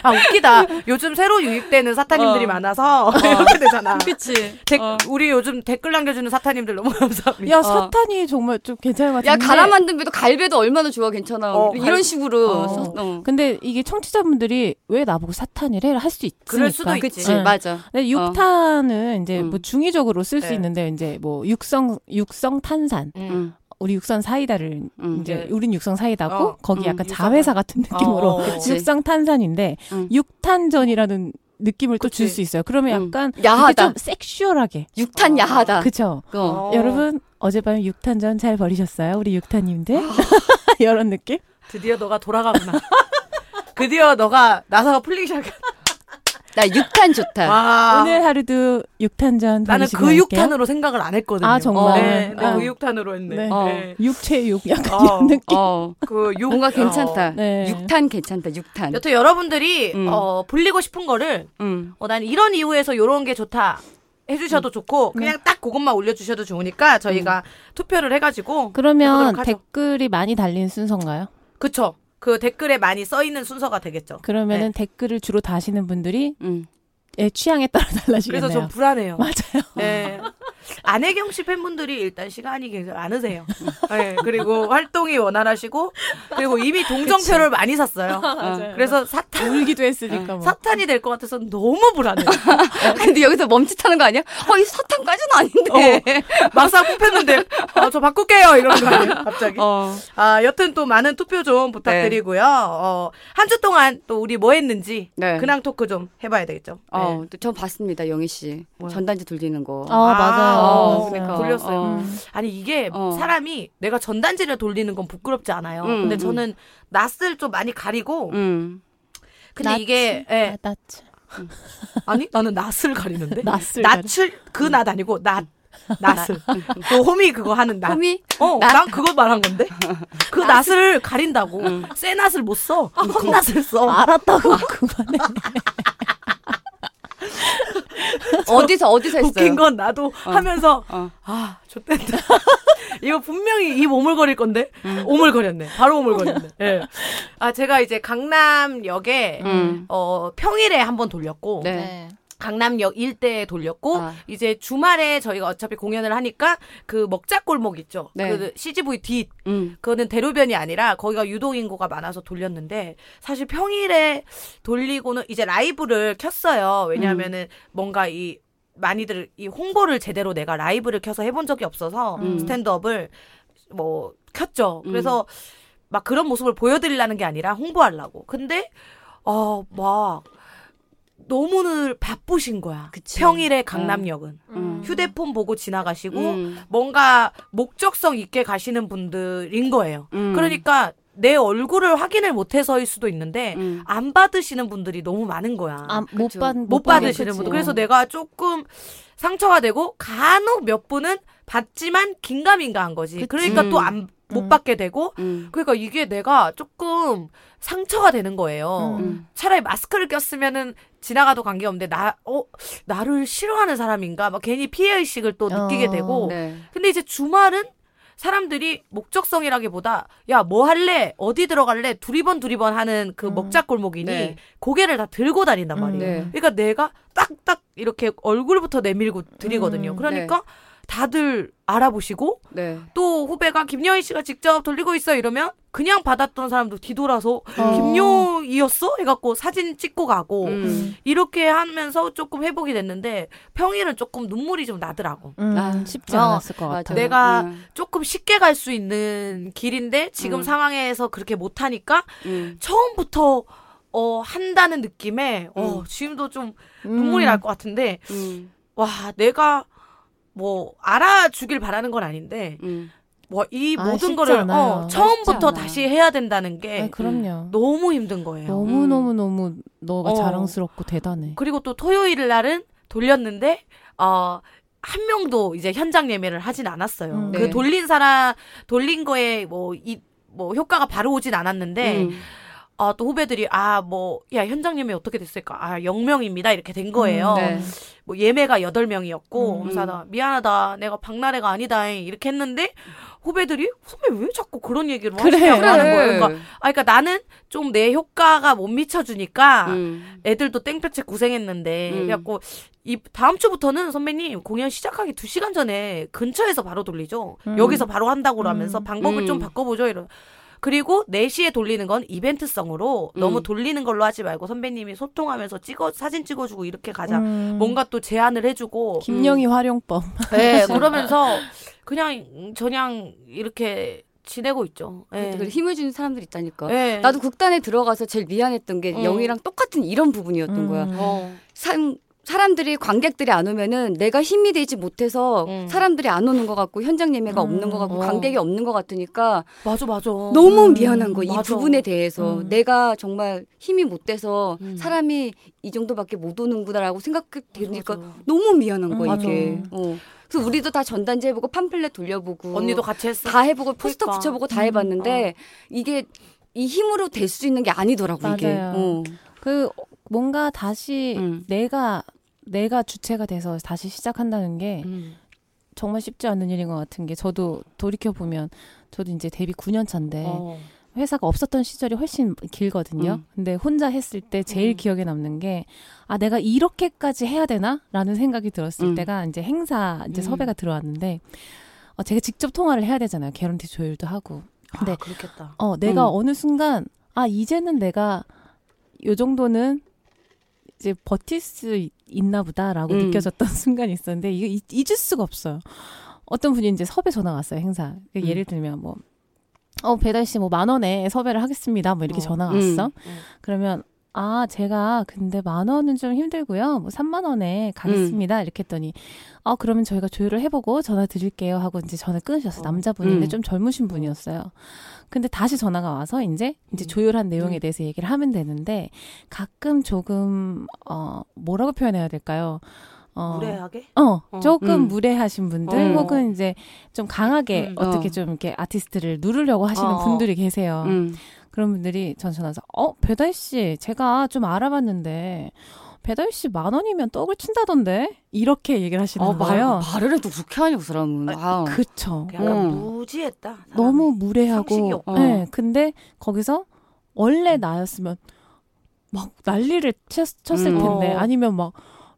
아 웃기다. 요즘 새로 유입되는 사탄님들이 어. 많아서 이렇게 되잖아. 그치. 댓- 어. 우리 요즘 댓글 남겨주는 사탄님들 너무 감사합니다. 야 사탄이 정말 좀 괜찮은 것 같은데. 야, 갈아 만든 배도 갈배도 얼마나 좋아, 괜찮아. 어, 이런 갈- 식으로. 어. 서- 어. 근데 이게 청취자분들이 왜 나보고 사탄이래? 할 수 있으니까. 그럴 수도 네. 있- 그치, 응. 맞아. 근데 어. 네, 육탄은 이제 음. 뭐 중의적으로 쓸 수 네. 있는데 이제 뭐 육성 육성 탄산 음, 우리 육성 사이다를 음. 이제 네. 우린 육성 사이다고 어, 거기 음, 약간 육성 자회사 같은 느낌으로 어, 그치. 육성 탄산인데 음. 육탄전이라는 느낌을 또 줄 그치. 수 있어요. 그러면 음. 약간 이게 야하다. 좀 섹슈얼하게 육탄 어. 야하다. 그쵸? 어. 어. 여러분 어젯밤 육탄전 잘 버리셨어요? 우리 육탄님들 아. 이런 느낌? 드디어 너가 돌아가구나. 드디어 너가 나사가 풀리기 시작해. 나 6탄 좋다. 와. 오늘 하루도 6탄전 아. 나는 그 근육탄으로 생각을 안 했거든요. 아, 정말? 네, 네, 아. 근육탄으로 했네. 네. 어. 네. 육체육 약간 어, 이런 느낌. 어. 그 육, 뭔가 어. 괜찮다. 네. 6탄 괜찮다. 6탄. 여튼 여러분들이 음. 어, 불리고 싶은 거를 음. 어, 난 이런 이유에서 이런 게 좋다 해주셔도 좋고 그냥 딱 그것만 올려주셔도 좋으니까 저희가 투표를 해가지고 그러면 해보도록 하죠. 댓글이 많이 달린 순서인가요? 그쵸 그 댓글에 많이 써 있는 순서가 되겠죠. 그러면은 댓글을 주로 다시는 분들이 음. 예, 취향에 따라 달라지겠네요. 그래서 좀 불안해요. 맞아요. 네. 안혜경 씨 팬분들이 일단 시간이 굉장히 많으세요. 네, 그리고 활동이 원활하시고 그리고 이미 동정표를 많이 샀어요. 예. 맞아요. 그래서 사탄 울기도 했으니까 뭐. 사탄이 될 것 같아서 너무 불안해. 근데 여기서 멈칫하는 거 아니야? 어, 이 사탕까지는 어. 아닌데. 네. 막상 뽑혔는데 아, 저 바꿀게요 이런 거 아니에요? 갑자기. 어. 아 여튼 또 많은 투표 좀 부탁드리고요. 어, 한 주 동안 또 우리 뭐 했는지 네. 근황 토크 좀 해봐야 되겠죠. 네. 어, 또전 봤습니다, 영희 씨. 뭐야? 전단지 돌리는 거. 아, 맞아요. 어, 그러니까. 돌렸어요. 어. 아니 이게 어. 사람이 내가 전단지를 돌리는 건 부끄럽지 않아요. 음, 근데 음. 저는 낯을 좀 많이 가리고 음. 근데 낯. 이게 예. 아, 낯. 아니 나는 낯을 가리는데 낯을 낯을 그 낯 아니고 낯 낯을 그 호미 그거 하는 낯. 호미? 어, 낯. 난 그거 말한 건데 그 낯을 가린다고 새 낯을 못 써, 큰 낯을 써. 알았다고 그만해. 어디서, 어디서 했어요? 웃긴 건 나도 하면서 어. 아, 좋댄다. 이거 분명히 입 오물거릴 건데 음. 오물거렸네. 바로 오물거렸네. 예. 아 제가 이제 강남역에 음. 어 평일에 한 번 돌렸고 네. 강남역 일대에 돌렸고 아. 이제 주말에 저희가 어차피 공연을 하니까 그 먹자골목 있죠. 네. 그 CGV 뒷 음. 그거는 대로변이 아니라 거기가 유동 인구가 많아서 돌렸는데 사실 평일에 돌리고는 이제 라이브를 켰어요. 왜냐하면은 음. 뭔가 이 많이들 이 홍보를 제대로 내가 라이브를 켜서 해본 적이 없어서 음. 스탠드업을 뭐 켰죠. 그래서 막 그런 모습을 보여드리려는 게 아니라 홍보하려고. 근데 어막 너무늘 바쁘신 거야. 그치. 어. 평일에 강남역은 음. 휴대폰 보고 지나가시고 음. 뭔가 목적성 있게 가시는 분들인 거예요. 음. 그러니까 내 얼굴을 확인을 못해서일 수도 있는데 음. 안 받으시는 분들이 너무 많은 거야. 아, 못 그쵸. 받, 못, 받으시는 분들. 그래서 내가 조금 상처가 되고 간혹 몇 분은 받지만 긴가민가 한 거지. 그치. 그러니까 음. 또 안 못 음. 받게 되고 음. 그러니까 이게 내가 조금 상처가 되는 거예요. 음. 차라리 마스크를 꼈으면은 지나가도 관계없는데 나 어 나를 싫어하는 사람인가 막 괜히 피해 의식을 또 느끼게 어. 되고 네. 근데 이제 주말은 사람들이 목적성이라기보다 야 뭐 할래 어디 들어갈래 두리번 두리번 하는 그 음. 먹자골목이니 네. 고개를 다 들고 다닌단 음. 말이에요. 네. 그러니까 내가 딱딱 이렇게 얼굴부터 내밀고 드리거든요. 음, 그러니까 다들 알아보시고 네. 또 후배가 김여희 씨가 직접 돌리고 있어 이러면 그냥 받았던 사람도 뒤돌아서 어. 김여희였어 해갖고 사진 찍고 가고 음. 이렇게 하면서 조금 회복이 됐는데 평일은 조금 눈물이 좀 나더라고. 음, 아, 쉽지 어, 않았을 것 맞아. 같아요. 내가 음. 조금 쉽게 갈 수 있는 길인데 지금 음. 상황에서 그렇게 못하니까 음. 처음부터 어 한다는 느낌에 어 음. 지금도 좀 음. 눈물이 날 것 같은데 음. 와 내가 뭐 알아주길 바라는 건 아닌데 음. 뭐 이 아, 모든 쉽지 거를 어, 않아요. 처음부터 쉽지 않아. 다시 해야 된다는 게 아, 그럼요. 음. 너무 힘든 거예요. 너무 너무 너무 너가 어. 자랑스럽고 대단해. 그리고 또 토요일 날은 돌렸는데 어. 한 명도 이제 현장 예매를 하진 않았어요. 음. 그 네. 돌린 사람 돌린 거에 뭐 이 뭐 효과가 바로 오진 않았는데 음. 아, 또 후배들이 아, 뭐 야, 현장 예매 어떻게 됐을까? 아, 0명입니다. 이렇게 된 거예요. 음, 네. 뭐 예매가 8명이었고 음. 그래서 나 미안하다. 내가 박나래가 아니다잉. 이렇게 했는데 후배들이 후배 왜 자꾸 그런 얘기를 그래. 하시냐고 하는 그래. 거예요. 음. 그러니까 아 그러니까 나는 좀 내 효과가 못 미쳐주니까 음. 애들도 땡볕에 고생했는데 음. 그래갖고 이 다음 주부터는 선배님 공연 시작하기 2시간 전에 근처에서 바로 돌리죠. 음. 여기서 바로 한다고 하면서 음. 방법을 좀 음. 바꿔보죠 이런. 그리고 4시에 돌리는 건 이벤트성으로 음. 너무 돌리는 걸로 하지 말고 선배님이 소통하면서 찍어 사진 찍어주고 이렇게 가자. 음. 뭔가 음. 또 제안을 해주고 김영희 활용법. 네, 그러면서 그냥 저냥 이렇게 지내고 있죠. 예. 그래도 힘을 주는 사람들 있다니까. 예. 나도 극단에 들어가서 제일 미안했던 게 음. 어, 영희랑 똑같은 이런 부분이었던 음. 거야. 상 사람들이 관객들이 안 오면은 내가 힘이 되지 못해서 음. 사람들이 안 오는 것 같고 현장 예매가 없는 것 같고 어. 관객이 없는 것 같으니까 맞아 맞아. 너무 음, 미안한 거 이 맞아. 부분에 대해서 음. 내가 정말 힘이 못 돼서 음. 사람이 이 정도밖에 못 오는구나라고 생각되니까 맞아, 맞아. 너무 미안한 음, 거야 맞아. 이게. 어. 그래서 우리도 다 전단지 해보고 팜플렛 돌려보고 언니도 같이 했어. 다 해보고 포스터 그러니까. 어. 붙여보고 다 해봤는데 이게 이 힘으로 될 수 있는 게 아니더라고 이게. 맞아요. 어. 그러니까. 그 뭔가 다시 음. 내가 내가 주체가 돼서 다시 시작한다는 게 음. 정말 쉽지 않은 일인 것 같은 게 저도 돌이켜 보면 저도 이제 데뷔 9년 차인데 어. 회사가 없었던 시절이 훨씬 길거든요. 음. 근데 혼자 했을 때 제일 음. 기억에 남는 게, 아, 내가 이렇게까지 해야 되나? 라는 생각이 들었을 음. 때가 이제 행사, 음. 이제 섭외가 들어왔는데, 어, 제가 직접 통화를 해야 되잖아요. 개런티 조율도 하고. 근데 아, 그렇겠다. 어, 내가 음. 어느 순간, 아, 이제는 내가 요 정도는 이제 버틸 수 있- 있나 보다라고 음. 느껴졌던 순간이 있었는데, 이거 잊- 잊을 수가 없어요. 어떤 분이 이제 섭외 전화 가 왔어요, 행사. 그 음. 예를 들면 뭐, 어, 배달 씨 뭐 만 원에 섭외를 하겠습니다. 뭐 이렇게 어. 전화가 음. 왔어. 음. 그러면, 아, 제가 근데 만 원은 좀 힘들고요. 뭐 3만 원에 음. 가겠습니다. 이렇게 했더니, 아, 그러면 저희가 조율을 해보고 전화 드릴게요. 하고 이제 전화 끊으셨어요. 어. 남자분인데 음. 좀 젊으신 분이었어요. 근데 다시 전화가 와서 이제 이제 음. 조율한 내용에 음. 대해서 얘기를 하면 되는데 가끔 조금 어 뭐라고 표현해야 될까요? 어 무례하게? 어, 어. 조금 음. 무례하신 분들 어. 혹은 이제 좀 강하게 음. 어떻게 어. 좀 이렇게 아티스트를 누르려고 하시는 어. 분들이 계세요. 음. 그런 분들이 전 전화서 어 배달 씨 제가 좀 알아봤는데 배달 씨 만 원이면 떡을 친다던데 이렇게 얘기를 하시는 어, 아, 거예요. 말, 말을 해도 그렇게 하냐고 사람은. 아, 그쵸. 약간 어. 무지했다. 사람이. 너무 상식이 무례하고 없고. 네, 근데 거기서 원래 나였으면 막 난리를 쳤, 쳤을 음. 텐데 어. 아니면 막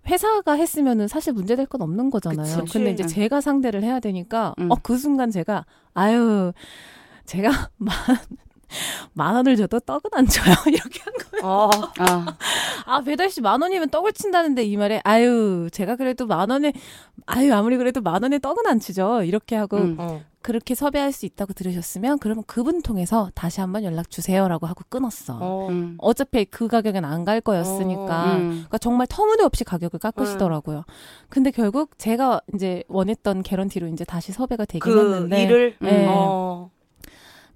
회사가 했으면은 사실 문제될 건 없는 거잖아요 그치. 근데 이제 그치. 제가 상대를 해야 되니까 음. 어, 그 순간 제가 아유 제가 만, 만 원을 줘도 떡은 안 줘요 이렇게 한 거예요 어. 아, 아 배달 씨 만 원이면 떡을 친다는데 이 말에 아유 제가 그래도 만 원에 아유 아무리 그래도 만 원에 떡은 안 치죠 이렇게 하고 음. 어. 그렇게 섭외할 수 있다고 들으셨으면 그러면 그분 통해서 다시 한번 연락 주세요라고 하고 끊었어. 어. 음. 어. 차피그 가격엔 안 갈 거였으니까. 음. 그러니까 정말 터무니없이 가격을 깎으시더라고요. 근데 결국 제가 이제 원했던 개런티로 이제 다시 섭외가 되긴 그 했는데 일을 네. 어.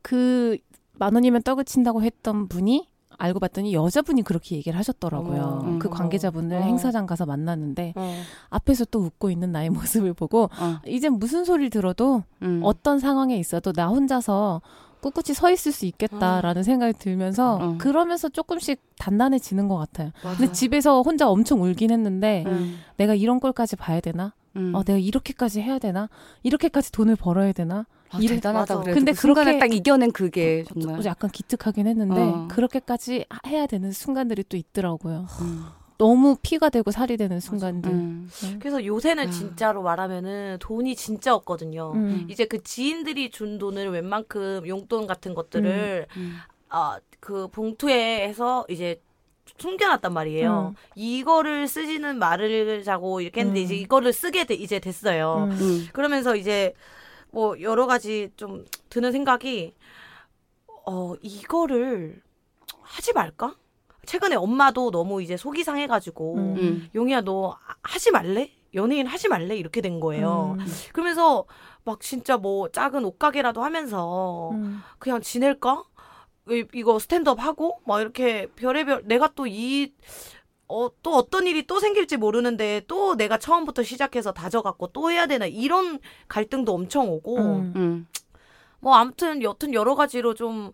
그 만 원이면 떡을 친다고 했던 분이 알고 봤더니 여자분이 그렇게 얘기를 하셨더라고요. 어머. 그 관계자분을 어. 행사장 가서 만났는데 어. 앞에서 또 웃고 있는 나의 모습을 보고 어. 이젠 무슨 소리를 들어도 음. 어떤 상황에 있어도 나 혼자서 꿋꿋이 서 있을 수 있겠다라는 생각이 들면서 어. 그러면서 조금씩 단단해지는 것 같아요. 맞아. 근데 집에서 혼자 엄청 울긴 했는데 음. 내가 이런 꼴까지 봐야 되나? 음. 어, 내가 이렇게까지 해야 되나? 이렇게까지 돈을 벌어야 되나? 아, 이래- 대단하다 맞아. 그래. 근데 그 순간에 그렇게- 딱 이겨낸 그게 어, 정말. 약간 기특하긴 했는데 어. 그렇게까지 하- 해야 되는 순간들이 또 있더라고요. 음. 너무 피가 되고 살이 되는 순간들. 음. 그래서 요새는 아. 진짜로 말하면은 돈이 진짜 없거든요. 음. 이제 그 지인들이 준 돈을 웬만큼 용돈 같은 것들을 음. 아, 그 봉투에 해서 이제 숨겨놨단 말이에요. 음. 이거를 쓰지는 말자고 이렇게 했는데 음. 이제 이거를 쓰게 돼, 이제 됐어요. 음. 음. 그러면서 이제 뭐 여러 가지 좀 드는 생각이 어 이거를 하지 말까? 최근에 엄마도 너무 이제 속이 상해가지고 음. 음. 용이야 너 아- 하지 말래? 연예인 하지 말래? 이렇게 된 거예요. 음. 그러면서 막 진짜 뭐 작은 옷가게라도 하면서 음. 그냥 지낼까? 이- 이거 스탠드업 하고 막 이렇게 별의별 내가 또 이 어, 또 어떤 일이 또 생길지 모르는데 또 내가 처음부터 시작해서 다져갖고 또 해야 되나 이런 갈등도 엄청 오고 음. 음. 뭐 아무튼 여튼 여러 가지로 좀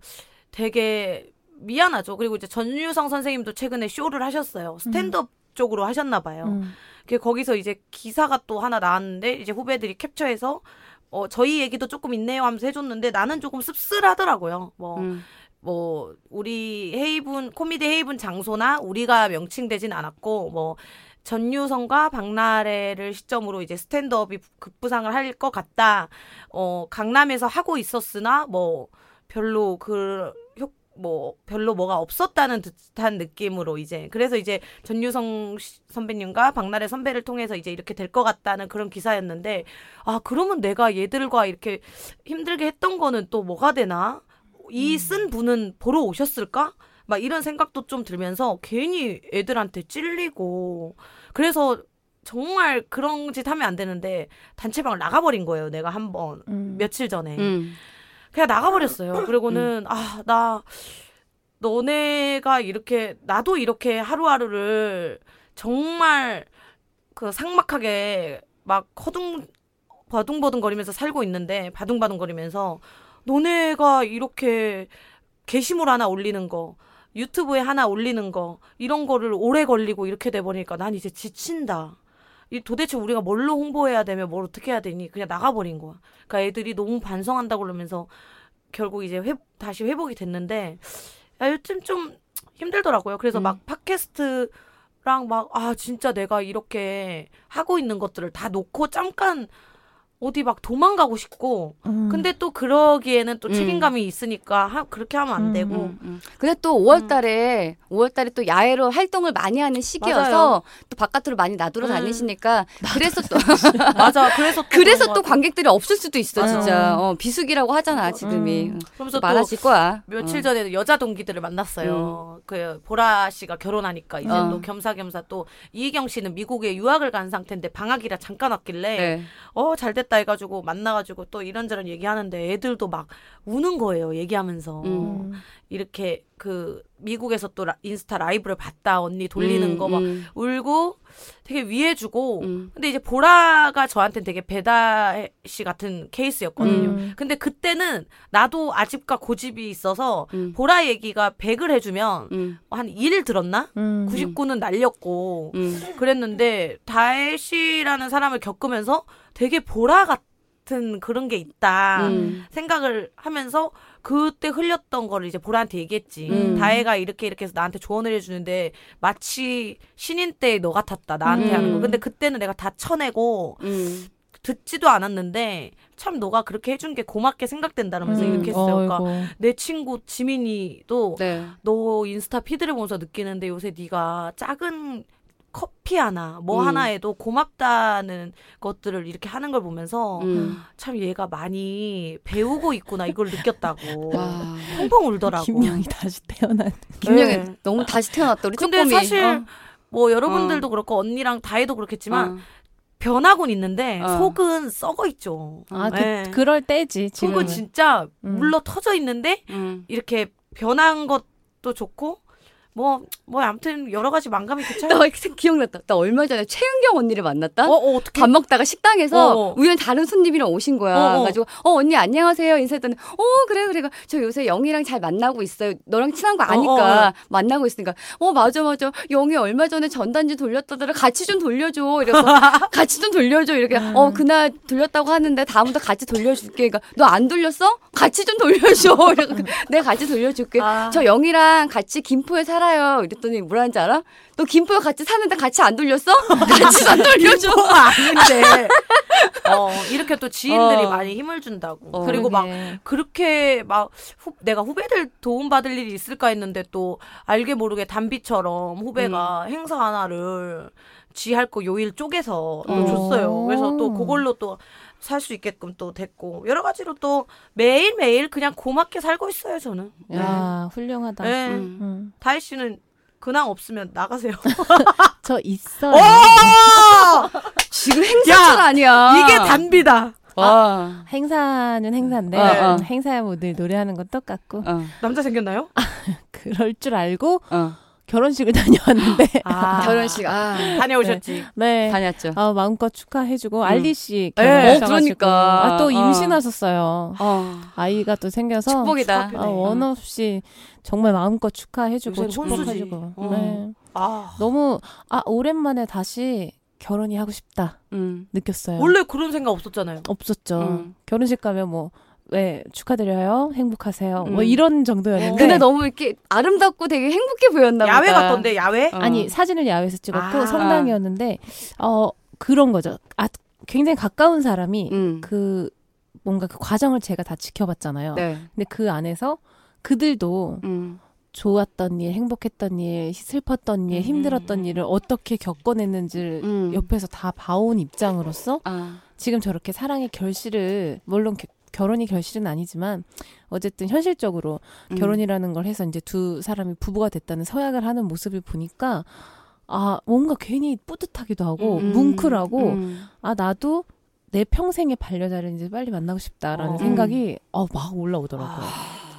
되게 미안하죠. 그리고 이제 전유성 선생님도 최근에 쇼를 하셨어요. 스탠드업 쪽으로 하셨나 봐요. 음. 그 거기서 이제 기사가 또 하나 나왔는데 이제 후배들이 캡처해서 어 저희 얘기도 조금 있네요 하면서 해줬는데 나는 조금 씁쓸하더라고요. 뭐 음. 뭐 우리 헤이븐 코미디 헤이븐 장소나 우리가 명칭되진 않았고 뭐 전유성과 박나래를 시점으로 이제 스탠드업이 급부상을 할 것 같다. 어 강남에서 하고 있었으나 뭐 별로 그 효- 뭐 별로 뭐가 없었다는 듯한 느낌으로 이제 그래서 이제 전유성 시- 선배님과 박나래 선배를 통해서 이제 이렇게 될 것 같다는 그런 기사였는데 아 그러면 내가 얘들과 이렇게 힘들게 했던 거는 또 뭐가 되나 이 쓴 분은 보러 오셨을까? 막 이런 생각도 좀 들면서 괜히 애들한테 찔리고 그래서 정말 그런 짓 하면 안 되는데 단체방 을 나가버린 거예요. 내가 한번 음. 며칠 전에 음. 그냥 나가버렸어요. 그리고는 아 나 너네가 이렇게 나도 이렇게 하루하루를 정말 그 삭막하게 막 허둥 버둥버둥거리면서 살고 있는데 바둥바둥거리면서 너네가 이렇게 게시물 하나 올리는 거 유튜브에 하나 올리는 거 이런 거를 오래 걸리고 이렇게 돼 버리니까 난 이제 지친다. 이 도대체 우리가 뭘로 홍보해야 되며 뭘 어떻게 해야 되니 그냥 나가버린 거야. 그러니까 애들이 너무 반성한다고 그러면서 결국 이제 회- 다시 회복이 됐는데 야, 요즘 좀 힘들더라고요. 그래서 음. 막 팟캐스트랑 막 아 진짜 내가 이렇게 하고 있는 것들을 다 놓고 잠깐 어디 막 도망가고 싶고 음. 근데 또 그러기에는 또 음. 책임감이 있으니까 하- 그렇게 하면 안 음. 되고 음, 음. 근데 또 5월 달에 5월 달에 또 야외로 활동을 많이 하는 시기여서 맞아요. 또 바깥으로 많이 나돌아 음. 다니시니까 그래서 또 맞아 그래서 또 그래서 그런 또 것 같아. 관객들이 없을 수도 있어 맞아요. 진짜 어, 비수기라고 하잖아 지금이 음. 음. 그러면서 또 많아질 거야 어. 며칠 전에 여자 동기들을 만났어요. 그 보라 씨가 결혼하니까 이제 어. 또 겸사겸사 또 이희경 씨는 미국에 유학을 간 상태인데 방학이라 잠깐 왔길래 네. 어 잘됐다 해가지고 만나가지고 또 이런저런 얘기하는데 애들도 막 우는 거예요 얘기하면서 음. 이렇게 그 미국에서 또 라- 인스타 라이브를 봤다 언니 돌리는 음, 거 막 음, 울고 되게 위해주고 음. 근데 이제 보라가 저한테는 되게 배다 씨 같은 케이스였거든요. 음. 근데 그때는 나도 아집과 고집이 있어서 음. 보라 얘기가 100을 해주면 음. 한 1을 들었나? 음. 99는 날렸고 음. 그랬는데 다혜 씨라는 사람을 겪으면서 되게 보라 같은 그런 게 있다 음. 생각을 하면서 그때 흘렸던 거를 이제 보라한테 얘기했지. 음. 다혜가 이렇게 이렇게 해서 나한테 조언을 해주는데 마치 신인 때 너 같았다 나한테 음. 하는 거. 근데 그때는 내가 다 쳐내고 음. 듣지도 않았는데 참 너가 그렇게 해준 게 고맙게 생각된다면서 음. 이렇게 했어요. 그러니까 어이구. 내 친구 지민이도 네. 너 인스타 피드를 보면서 느끼는데 요새 네가 작은 커피 하나 뭐 음. 하나에도 고맙다는 것들을 이렇게 하는 걸 보면서 음. 참 얘가 많이 배우고 있구나 이걸 느꼈다고 와. 펑펑 울더라고. 김영이 다시 태어난. 김영애 네. 너무 다시 태어났다 우리 근데 쪼꼬미. 사실 어. 뭐 여러분들도 그렇고 언니랑 다혜도 그렇겠지만 변하곤 있는데 어. 속은 썩어 있죠. 아, 그, 네. 그럴 때지 지금. 속은 진짜 음. 물러 터져 있는데 어. 음. 이렇게 변한 것도 좋고 뭐뭐 아무튼 여러 가지 만감이 나 괜찮아. 이렇게 기억났다. 나 얼마 전에 최은경 언니를 만났다. 어, 어 어떻게? 밥 먹다가 식당에서 어, 어. 우연 다른 손님이랑 오신 거야. 어, 어. 가지고 어 언니 안녕하세요 인사했더니 어 그래 그래 저 요새 영희랑 잘 만나고 있어요. 너랑 친한 거 아니까 어, 어. 만나고 있으니까 어 맞아 맞아 영희 얼마 전에 전단지 돌렸다더라 같이 좀 돌려줘 이래서 같이 좀 돌려줘 이렇게 음. 어 그날 돌렸다고 하는데 다음부터 같이 돌려줄게. 그러니까 너 안 돌렸어? 같이 좀 돌려줘. 이러고 내가 같이 돌려줄게. 아. 저 영희랑 같이 김포에 살아요. 이랬더니 뭐라는지 알아? 너 김포에 같이 사는데 같이 안 돌렸어? 같이 좀 돌려줘. 뭐가 아닌데. 어 이렇게 또 지인들이 어. 많이 힘을 준다고. 어. 그리고 막 그러게. 그렇게 막 후- 내가 후배들 도움 받을 일이 있을까 했는데 또 알게 모르게 담비처럼 음. 후배가 행사 하나를 지 할 거 요일 쪼개서 또 어. 줬어요. 그래서 또 그걸로 또 살 수 있게끔 또 됐고 여러 가지로 또 매일 매일 그냥 고맙게 살고 있어요 저는. 야 훌륭하다. 네. 음. 음. 다혜 씨는 근황 없으면 나가세요. 저 있어요. 지금 행사철 아! 아니야. 어. 이게 단비다. 아. 와. 행사는 행사인데 어, 어. 행사야 뭐 늘 노래하는 건 똑같고 어, 남자 생겼나요? 그럴 줄 알고 어. 결혼식을 다녀왔는데 아, 결혼식 아 다녀오셨지. 네. 다녔죠. 아, 마음껏 축하해주고 알리 씨 네. 결혼하셔가지고 어, 그러니까. 아, 또 어. 임신하셨어요. 어. 아이가 또 생겨서 축복이다. 축복이네. 아, 원 없이 정말 마음껏 축하해주고 요새는 혼수지. 축복해주고 어. 네. 아, 너무 아 오랜만에 다시 결혼이 하고 싶다 음. 느꼈어요. 원래 그런 생각 없었잖아요. 없었죠. 음. 결혼식 가면 뭐 왜 축하드려요, 행복하세요, 뭐 음. 이런 정도였는데. 근데 너무 이렇게 아름답고 되게 행복해 보였나 보다. 야외 같던데 야외? 어. 아니 사진을 야외에서 찍었고 아. 성당이었는데 어 그런 거죠. 아 굉장히 가까운 사람이 음. 그 뭔가 그 과정을 제가 다 지켜봤잖아요. 네. 근데 그 안에서 그들도 음. 좋았던 일, 행복했던 일, 슬펐던 일, 힘들었던 일을 어떻게 겪어냈는지를 음. 옆에서 다 봐온 입장으로서 아. 지금 저렇게 사랑의 결실을 물론 겨- 결혼이 결실은 아니지만 어쨌든 현실적으로 음. 결혼이라는 걸 해서 이제 두 사람이 부부가 됐다는 서약을 하는 모습을 보니까 아 뭔가 괜히 뿌듯하기도 하고 음. 뭉클하고 음. 아 나도 내 평생의 반려자를 이제 빨리 만나고 싶다라는 어. 아. 생각이 어 막 올라오더라고요.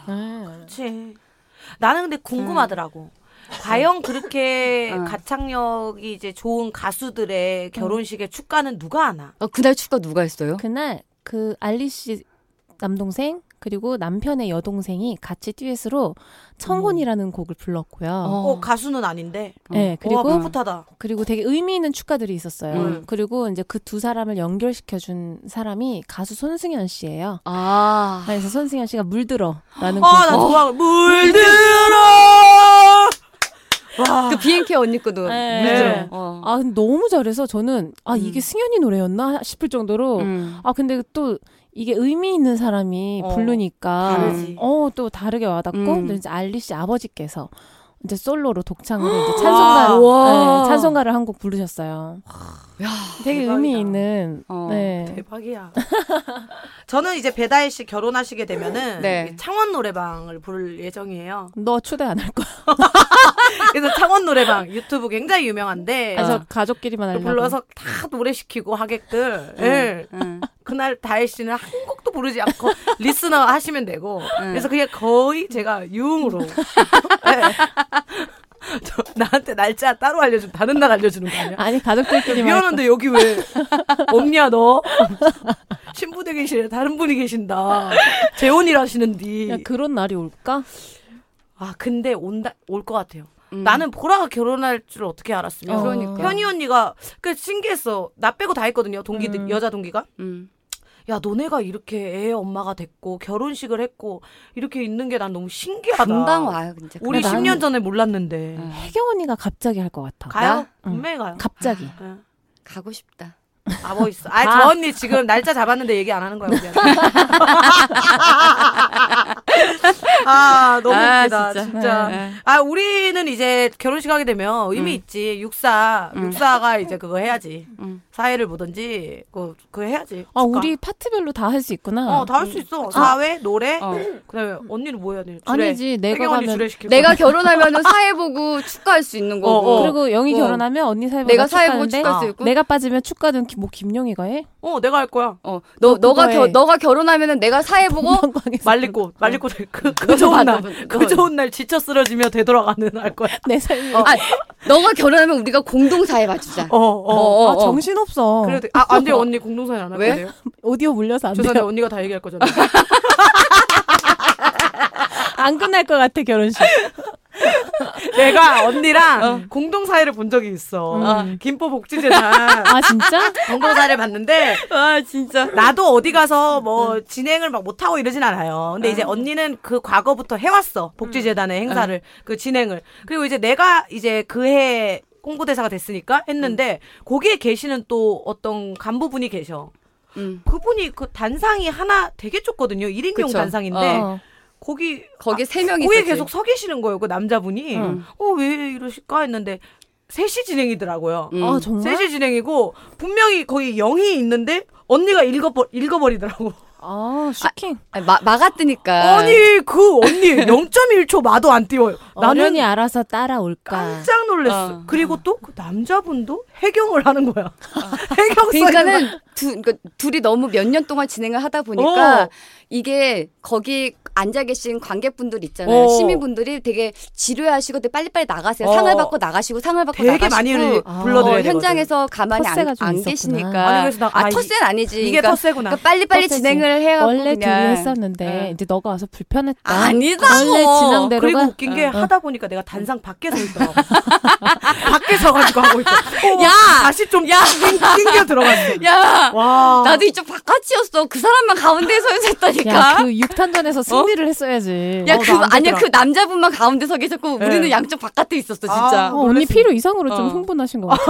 네. 그렇지. 나는 근데 궁금하더라고. 과연 그렇게 어. 가창력이 이제 좋은 가수들의 결혼식의 축가는 누가 하나? 어, 그날 축가 누가 했어요? 그날 그 알리 씨 남동생 그리고 남편의 여동생이 같이 듀엣으로 청혼이라는 곡을 불렀고요. 음. 어, 가수는 아닌데. 네, 그리고 와, 풋풋하다. 그리고 되게 의미 있는 축가들이 있었어요. 음. 그리고 이제 그 두 사람을 연결시켜 준 사람이 가수 손승현 씨예요. 아. 그래서 손승현 씨가 물들어라는 어, 나 곡. 좋아. 물들어! 와. 그 BNK 언니 거도. 네. 네. 어. 아 근데 너무 잘해서 저는 아 이게 음. 승현이 노래였나 싶을 정도로 음. 아 근데 또 이게 의미 있는 사람이 어, 부르니까 다르지. 어 또 다르게 와닿고 음. 근데 이제 알리 씨 아버지께서 이제 솔로로 독창으로 이제 와. 찬송가 와. 네, 찬송가를 한 곡 부르셨어요. 야. 되게 대박이다. 의미 있는 어. 네. 대박이야. 저는 이제 배다혜 씨 결혼하시게 되면은 네. 이 창원 노래방을 부를 예정이에요. 너 초대 안 할 거야. 그래서 창원 노래방 유튜브 굉장히 유명한데 아, 어. 저 가족끼리만 하려고. 예. 불러서 다 노래 시키고 하객들. 예. 응. 그날 다혜 씨는 한 곡도 부르지 않고 리스너 하시면 되고 네. 그래서 그게 거의 제가 유흥으로 네. 저, 나한테 날짜 따로 알려주면 다른 날 알려주는 거 아니야? 아니 가족들끼리만. 할 거야. 미안한데 여기 왜 없냐 너? 신부 되 계시네 다른 분이 계신다 재혼일 야, 하시는디 그런 날이 올까? 아 근데 온다 올 것 같아요 음. 나는 보라가 결혼할 줄 어떻게 알았으면 어. 그러니까. 현희 언니가 그 신기했어 나 빼고 다 했거든요 동기들 음. 여자 동기가 음. 야 너네가 이렇게 애 엄마가 됐고 결혼식을 했고 이렇게 있는 게 난 너무 신기하다. 금방 와요, 네, 진짜. 우리 근데 나는- 10년 전에 몰랐는데 응. 혜경 언니가 갑자기 할 것 같아. 가요? 나? 응. 분명히 가요. 갑자기. 예. 가고 싶다. 아, 뭐 있어. 아, 저 가. 언니 지금 날짜 잡았는데 얘기 안 하는 거야, 우리한테. 아, 너무 아, 웃기다, 진짜. 진짜. 네. 아, 우리는 이제 결혼식 하게 되면 의미 음. 있지. 육사, 음. 육사가 이제 그거 해야지. 음. 사회를 보든지, 그, 그거 해야지. 아 축하. 우리 아. 파트별로 다 할 수 있구나. 어, 다 할 수 있어. 사회, 노래, 그다음에 언니는 뭐 해야 돼? 주례. 아니지, 내가 혜경 언니 가면- 주례 시킬 내가 거야. 결혼하면 사회 보고 축가할 수 있는 거고. 어, 어. 그리고 영희 어. 결혼하면 언니 사회 내가 사회 보고 축가하는데 축가할 수 있고. 내가 빠지면 축가는 기- 뭐 김용희가 해? 어, 내가 할 거야. 어, 너, 너 너가, 그거 겨, 해. 너가 결혼하면은 내가 사회 어? 보고 관광에서 말리꽃, 말리꽃 그, 그 너도 봐, 좋은 날, 너도, 그 너도. 좋은 날 지쳐 쓰러지며 되돌아가는 할 거야. 내 삶이 아, 너가 결혼하면 우리가 공동 사회 맞추자. 어, 어. 어, 아, 정신 없어. 그래도 아, 안 돼요. 언니 공동사연 안할 왜? 건데요. 오디오 물려서 안 죄송한데 돼요. 언니가 다 얘기할 거잖아. 안 끝날 것 같아 결혼식. 내가 언니랑 공동사회를 본 적이 있어. 음. 김포 복지재단 아 진짜? 공동사회를 봤는데 아, 진짜. 나도 어디 가서 뭐 진행을 막 못하고 이러진 않아요. 근데 이제 언니는 그 과거부터 음. 해왔어. 복지재단의 아. 행사를, 그 진행을. 그리고 이제 내가 이제 그 해 홍보대사가 됐으니까 했는데 거기에 계시는 또 어떤 간부분이 계셔. 음. 그분이 그 단상이 하나 되게 좁거든요. 1인용 그쵸. 단상인데 어. 거기 아, 거기 세 명이 거기에 있었지. 계속 서 계시는 거예요. 그 남자분이 음. 어 왜 이러실까 했는데 셋이 진행이더라고요. 음. 아 정말? 셋이 진행이고 분명히 거의 영이 있는데 언니가 읽어버 읽어버리더라고. 아 쇼킹. 아니, 마, 막았으니까. 아니 그 언니 0.1초 마도 안 띄워요. 나는 어른이 알아서 따라올까. 깜짝 놀랐어. 어. 그리고 또 그 남자분도 해경을 하는 거야. 해경 써있는 그러니까는 두, 그러니까 둘이 너무 몇 년 동안 진행을 하다 보니까 어. 이게 거기 앉아 계신 관객분들 있잖아요. 어. 시민분들이 되게 지루해하시고 근데 빨리빨리 나가세요. 어. 상을 받고 나가시고 상을 받고 되게 나가시고 많이 흘리- 아. 불러드려야 어, 되거든. 현장에서 가만히 텃세가 안, 좀 안 있었구나. 계시니까. 아니, 그래서 나- 아, 아, 이- 텃세는 아니지. 이게 그러니까, 텃세구나. 그러니까 빨리빨리 텃세지. 진행을 해갖고 원래 둘이 그냥. 했었는데 응. 이제 너가 와서 불편했다. 아니다고. 원래 진행대로가 그리고 웃긴 어, 게 하다 보니까 내가 단상 밖에 서 있더라고. 밖에 서가지고 하고 있어. 어, 야! 다시 좀 낑겨 들어갔어. 야. 와. 나도 이쪽 바깥이었어. 그 사람만 가운데 서 있었다니까. 야 그 육탄전에서 승리를 했어야지. 어? 야, 어, 그, 나안 아니야, 되더라. 그 남자분만 가운데 서 계셨고, 네. 우리는 양쪽 바깥에 있었어, 진짜. 아, 어, 언니 놀랬어. 필요 이상으로 어. 좀 흥분하신 것 같아.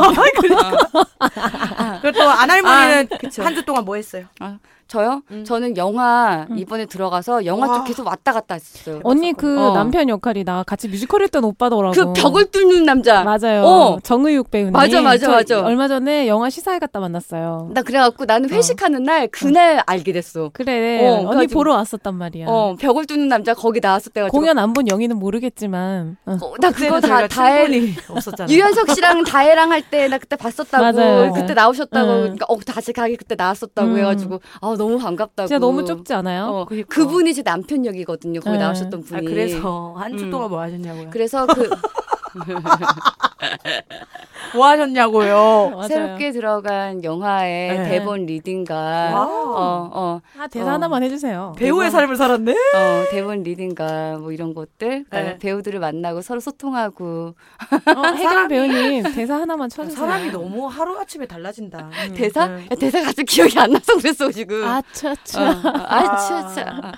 그리고 또 안할머니는 아, 그쵸. 한 주 동안 뭐 했어요? 아, 저요? 음. 저는 영화 음. 이번에 들어가서 영화 와. 쪽 계속 왔다 갔다 했었어요. 언니 그 어. 남편 역할이 나 같이 뮤지컬 했던 오빠더라고. 그 벽을 뚫는 남자. 맞아요. 어. 정의육 배우님. 맞아, 맞아, 저 맞아. 얼마 전에 영화 시사회 갔다 만났어요. 나 그래갖고 나는 어. 회식하는 날 그날 알게 됐어. 그래. 어, 언니 그래가지고- 보러 왔었단 말이야. 어 벽을 뚫는 남자 거기 나왔을 때가 공연 안 본 영희는 모르겠지만. 어. 어, 나 그거 다 저희가 다혜 충분히 없었잖아요. 유연석 씨랑 다혜랑 할 때 나 그때 봤었다고 맞아요. 그때 나오셨다고 음. 그러니까 어 다시 가게 그때 나왔었다고 음. 해가지고 아 너무 반갑다고 진짜 너무 좁지 않아요? 어, 그니까. 그분이 제 남편 역이거든요 거기 네. 나오셨던 분이 뭐. 아, 그래서 한 주 음. 동안 뭐 하셨냐고요? 그래서 그 뭐 하셨냐고요? 맞아요. 새롭게 들어간 영화의 네. 대본 리딩과 와우. 아, 어어 아, 대사 어. 하나만 해주세요. 배우의 삶을 살았네? 어, 대본 리딩과 뭐 이런 것들 그다음에 네. 배우들을 만나고 서로 소통하고 어, 해경 배우님 대사 하나만 쳐주세요. 사람이 너무 하루아침에 달라진다. 음. 대사 음. 야, 대사 같은 기억이 안 나서 그랬어 지금 어, 아차차. 아차차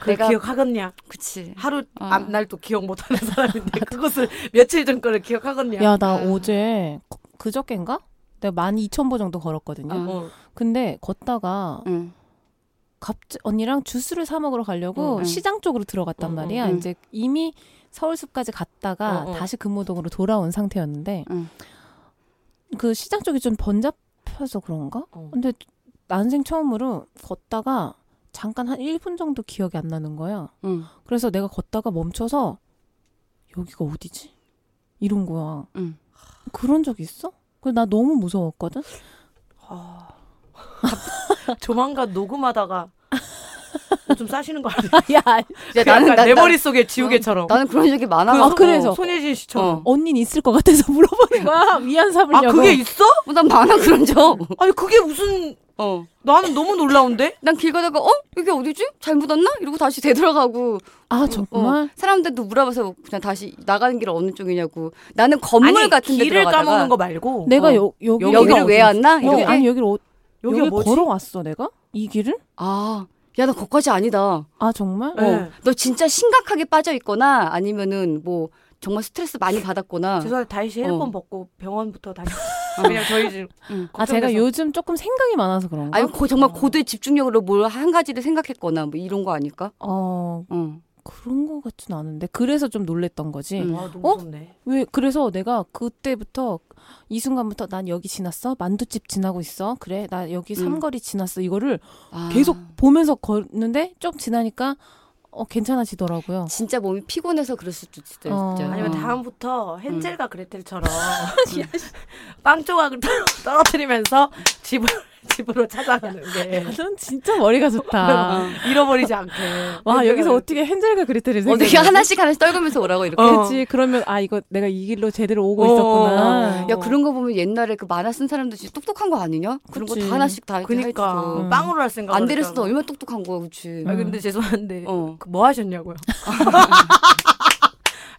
그걸 내가- 기억하겠냐? 그치 하루 어. 아, 앞날도 기억 못하는 사람인데 그것을 며칠 전 거를 기억하겠냐? 야, 나 아. 어제 그- 그저께인가? 내가 12,000보 정도 걸었거든요. 어. 어. 근데 걷다가 응 갑자 언니랑 주스를 사 먹으러 가려고 응, 응. 시장 쪽으로 응, 들어갔단 응, 말이야. 응. 어, 이제 이미 서울숲까지 갔다가 응, 응. 다시 금호동으로 돌아온 상태였는데 응. 그 시장 쪽이 좀 번잡혀서 그런가? 어. 근데 난생 처음으로 걷다가 잠깐 한 1분 정도 기억이 안 나는 거야. 응. 그래서 내가 걷다가 멈춰서 여기가 어디지? 이런 거야. 응. 그런 적 있어? 그래서 나 너무 무서웠거든. 아. 조만간 녹음하다가 뭐좀 싸시는 거 아니야? 야, 야, 나는 네, 나는 나, 그 내 나- 머릿속에 지우개처럼. 나는 그런 적이 많아. 아, 그래서. 손예진 씨처럼. 어. 언니는 있을 것 같아서 물어보는 거야. 위안 아 삼으려고. 그게 있어? 어, 난 많아 그런 적. 아니 그게 무슨 어. 나는 너무 놀라운데? 난 길 가다가 어 이게 어디지? 잘 묻었나? 이러고 다시 되돌아가고. 아 어, 정말? 사람들도 물어봐서 그냥 다시 나가는 길 어느 쪽이냐고. 나는 건물 아니 같은 데 길을 들어가다가 까먹는 거 말고 내가 어. 여, 여기 여기를 왜 왔나? 이렇게. 여기 아니 여기를 어, 여기 여기 뭐지? 걸어왔어 내가 이 길을? 아. 야, 나 거기까지 아니다. 아 정말? 네. 어. 너 진짜 심각하게 빠져 있거나 아니면은 뭐 정말 스트레스 많이 받았거나. 죄송한데 다혜 씨 헬폰 벗고 병원부터 다녀. 그냥 저희 집. 응. 아 제가 걱정돼서. 요즘 조금 생각이 많아서 그런가? 아니 고, 정말 어. 고도의 집중력으로 뭘 한 가지를 생각했거나 뭐 이런 거 아닐까? 어 응. 그런 것 같진 않은데 그래서 좀 놀랬던 거지. 음. 아 너무 어? 좋네. 왜 그래서 내가 그때부터 이 순간부터 난 여기 지났어 만두집 지나고 있어 그래 나 여기 음. 삼거리 지났어 이거를 아. 계속 보면서 걷는데 좀 지나니까 어 괜찮아지더라고요. 진짜 몸이 피곤해서 그럴 수도 있어. 어. 진짜. 아니면 어. 다음부터 헨젤과 그레텔처럼 음, 빵 조각을 떨- 떨어뜨리면서 집을 집으로 찾아가는 게 넌 진짜 머리가 좋다. 아. 어. 잃어버리지 않게. 와 여기서 어떻게 헨젤과 그레텔을 생각? 어떻게 하나씩 하나씩 떨구면서 오라고 이렇게. 어. 그렇지. 그러면 아 이거 내가 이 길로 제대로 오고 어, 있었구나. 어, 야 그런 거 보면 옛날에 그 만화 쓴 사람들 진짜 똑똑한 거 아니냐? 그런 거 그치. 다 하나씩 다 이렇게 그니까 해주고. 음. 빵으로 할 생각 안 되렸어도 얼마나 똑똑한 거야, 그치? 아 근데 죄송한데 어. 그뭐 하셨냐고요.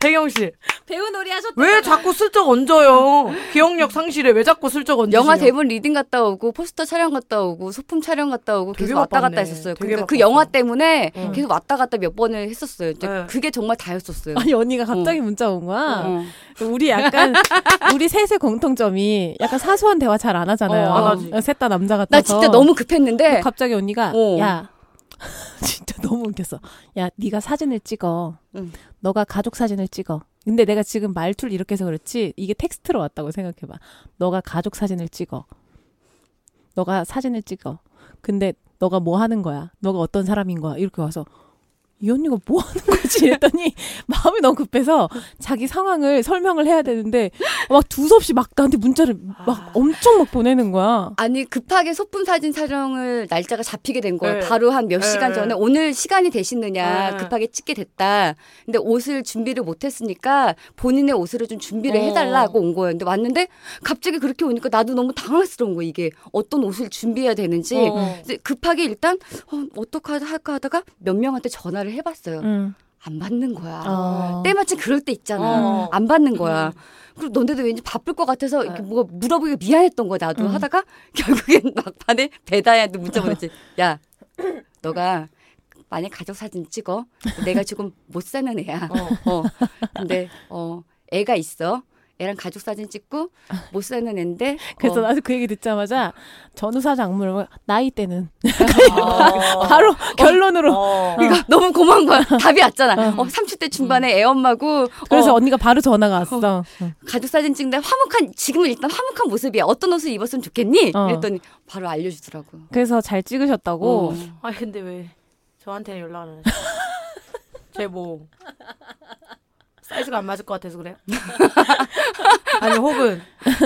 혜경 씨. 배우 놀이 하셨다. 왜 자꾸 슬쩍 얹어요? 기억력 상실에 왜 자꾸 슬쩍 얹으시냐? 영화 대본 리딩 갔다 오고 포스터 촬영 갔다 오고 소품 촬영 갔다 오고 되게 계속 왔다 바빴네. 갔다 했었어요. 되게 그러니까 그 바빴어. 영화 때문에 응. 계속 왔다 갔다 몇 번을 했었어요. 근데 네. 그게 정말 다였었어요. 아니 언니가 갑자기 문자 온 거야. 어. 우리 약간 우리 셋의 공통점이 약간 사소한 대화 잘 안 하잖아요. 어, 안 하지. 셋 다 남자 같아서. 나 진짜 너무 급했는데 갑자기 언니가 네. 어. 야 진짜 너무 웃겼어. 야 네가 사진을 찍어. 응. 너가 가족 사진을 찍어. 근데 내가 지금 말투를 이렇게 해서 그렇지 이게 텍스트로 왔다고 생각해봐. 너가 가족 사진을 찍어. 너가 사진을 찍어. 근데 너가 뭐 하는 거야? 너가 어떤 사람인 거야? 이렇게 와서 이 언니가 뭐 하는 거지? 이랬더니 마음이 너무 급해서 자기 상황을 설명을 해야 되는데 막 두서없이 막 나한테 문자를 막 엄청 막 보내는 거야. 아. 아니 급하게 소품 사진 촬영을 날짜가 잡히게 된 거예요. 네. 바로 한 몇 네, 시간 네. 전에 오늘 시간이 되시느냐 네. 급하게 찍게 됐다. 근데 옷을 준비를 못했으니까 본인의 옷을 좀 준비를 어. 해달라고 온 거예요. 근데 왔는데 갑자기 그렇게 오니까 나도 너무 당황스러운 거예요. 이게 어떤 옷을 준비해야 되는지. 어. 그래서 급하게 일단 어, 어떻게 할까 하다가 몇 명한테 전화를 해봤어요. 음. 응. 안 받는 거야. 어. 음. 때마침 그럴 때 있잖아. 어. 안 받는 거야. 그리고 너네도 왠지 바쁠 것 같아서 이렇게 뭐가 물어보기가 미안했던 거야 나도 음. 하다가 결국엔 막판에 배다야한테 문자 보냈지. 야, 너가 만약 가족 사진 찍어. 내가 지금 못 사는 애야. 어. 어. 근데 어 애가 있어. 애랑 가족 사진 찍고 못 사는 애인데 어, 그래서 나도 그 얘기 듣자마자 전우사 작물을 나이 때는 어. 바로 결론으로 어. 그러니까 너무 고마운 거야. 답이 왔잖아. 음. 어, 30대 중반에 애 엄마고 그래서 어, 언니가 바로 전화가 왔어. 응. 가족 사진 찍는데 화목한 지금은 일단 화목한 모습이야. 어떤 옷을 입었으면 좋겠니? 어. 그랬더니 바로 알려주더라고. 그래서 잘 찍으셨다고. 어. 아 근데 왜 저한테는 연락을 안 해? 제뭐 사이즈가 안 맞을 것 같아서 그래요? 아니 혹은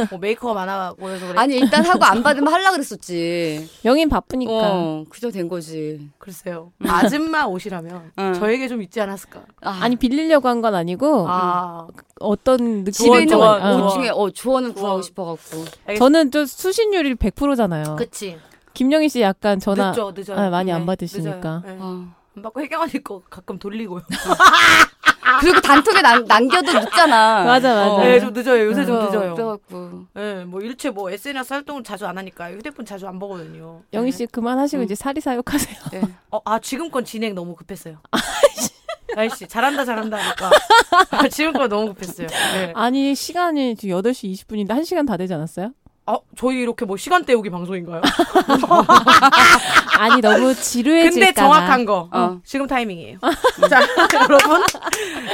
뭐 메이크업 많아 보여서 그래? 아니 일단 하고 안 받으면 하려 그랬었지. 영인 그러니까. 바쁘니까. 어, 그저 된 거지. 글쎄요. 아줌마 옷이라면 응. 저에게 좀 있지 않았을까? 아, 아니 빌리려고 한 건 아니고 아 어떤 집에 조언, 느낌의 있는 조언, 어. 조언. 옷 중에 어 조언은 구하고 조언. 싶어갖고. 저는 또 수신율이 100%잖아요. 어. 그치. 김영희 씨 약간 전화 늦죠 늦어요. 아, 많이 안 네, 받으시니까. 늦어요. 네. 어. 안 받고 해경언니 거 가끔 돌리고요. 그리고 단톡에 남, 남겨도 늦잖아. 맞아, 맞아. 네, 좀 늦어요. 요새 좀 그래서 늦어요. 그래갖고 네, 뭐 일체 뭐 SNS 활동을 자주 안 하니까 휴대폰 자주 안 보거든요. 영희 씨 그만하시고 응. 이제 사리 사욕하세요. 네. 어, 아, 지금 건 진행 너무 급했어요. 아, 아이씨, 잘한다, 잘한다 하니까. 아, 지금 건 너무 급했어요. 네. 아니 시간이 지금 8시 20분인데 1시간 다 되지 않았어요? 어, 저희 이렇게 뭐 시간 때우기 방송인가요? 아니 너무 지루해질까 근데 봐. 정확한 거. 음, 어. 지금 타이밍이에요. 자, 여러분.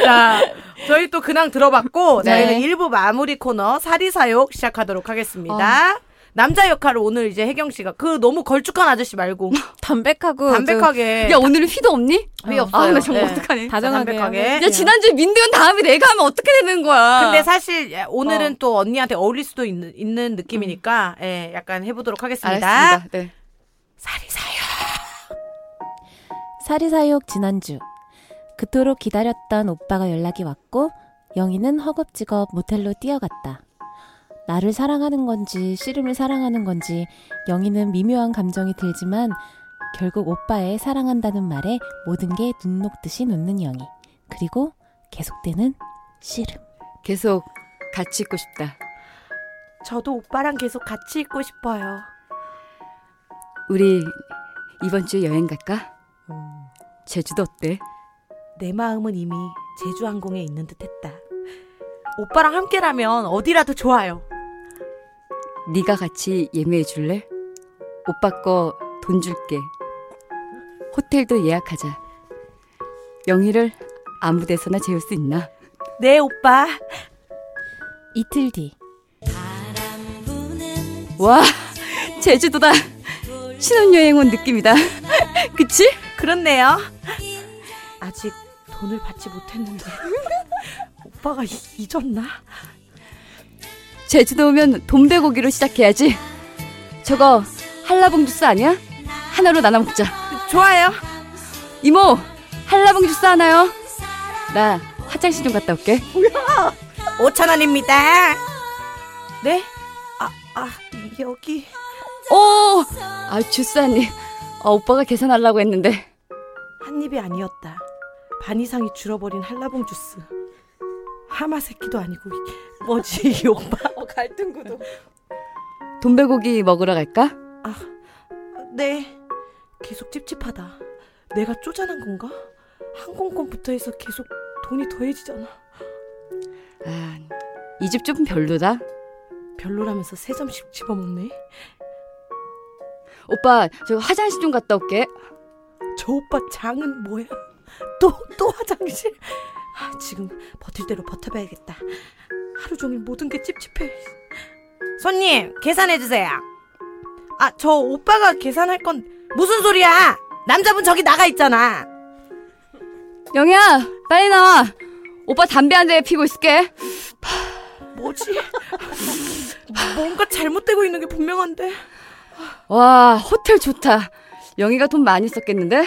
자, 저희 또 근황 들어봤고, 네. 저희는 1부 마무리 코너 사리사욕 시작하도록 하겠습니다. 어. 남자 역할을 오늘 이제 혜경 씨가 그 너무 걸쭉한 아저씨 어, 말고 담백하고 어, 담백하게 야 오늘은 휘도 없니? 휘 없어요. 아나 정말 네. 어떡하네. 좀 다정하게 담백하게. 하고. 야 지난주에 민드는 다음에 내가 하면 어떻게 되는 거야? 근데 사실 예, 오늘은 또 언니한테 어울릴 수도 있는, 있는 느낌이니까 예, 약간 해보도록 하겠습니다. 음. 알았습니다. 네. 사리사요. 사리사욕 지난주 그토록 기다렸던 오빠가 연락이 왔고 영희는 허겁지겁 모텔로 뛰어갔다. 나를 사랑하는 건지 씨름을 사랑하는 건지 영희는 미묘한 감정이 들지만 결국 오빠의 사랑한다는 말에 모든 게 눈 녹듯이 녹는 영희 그리고 계속되는 씨름 계속 같이 있고 싶다. 저도 오빠랑 계속 같이 있고 싶어요. 우리 이번 주에 여행 갈까? 제주도 어때? 내 마음은 이미 제주항공에 있는 듯했다. 오빠랑 함께라면 어디라도 좋아요. 네가 같이 예매해 줄래? 오빠 거 돈 줄게. 호텔도 예약하자. 영희를 아무 데서나 재울 수 있나? 네 오빠. 이틀 뒤 와, 제주도다. 신혼여행 온 느낌이다. 그치? 그렇네요. 아직 돈을 받지 못했는데 오빠가 잊- 잊었나? 제주도 오면 돈베고기로 시작해야지. 저거 한라봉 주스 아니야? 하나로 나눠 먹자. 좋아요. 이모, 한라봉 주스 하나요? 나 화장실 좀 갔다 올게. 5천 원입니다. 네? 아, 아 여기. 오! 아, 주사님. 아, 오빠가 계산하려고 했는데. 한 입이 아니었다. 반 이상이 줄어버린 한라봉 주스. 하마 새끼도 아니고 이- 뭐지 이 오빠? 돈베고기 먹으러 갈까? 아, 네. 계속 찝찝하다. 내가 쪼잔한 건가? 항공권부터 해서 계속 돈이 더해지잖아. 아, 이 집 좀 별로다. 별로라면서 세 점씩 집어먹네. 오빠, 저 화장실 좀 갔다 올게. 저 오빠 장은 뭐야? 또, 또 화장실? 아, 지금 버틸 대로 버텨봐야겠다. 하루 종일 모든 게 찝찝해. 손님, 계산해주세요. 아, 저 오빠가 계산할 건 무슨 소리야? 남자분 저기 나가 있잖아. 영희야, 빨리 나와. 오빠 담배 한 대 피고 있을게. 뭐지? 뭔가 잘못되고 있는 게 분명한데. 와, 호텔 좋다. 영희가 돈 많이 썼겠는데?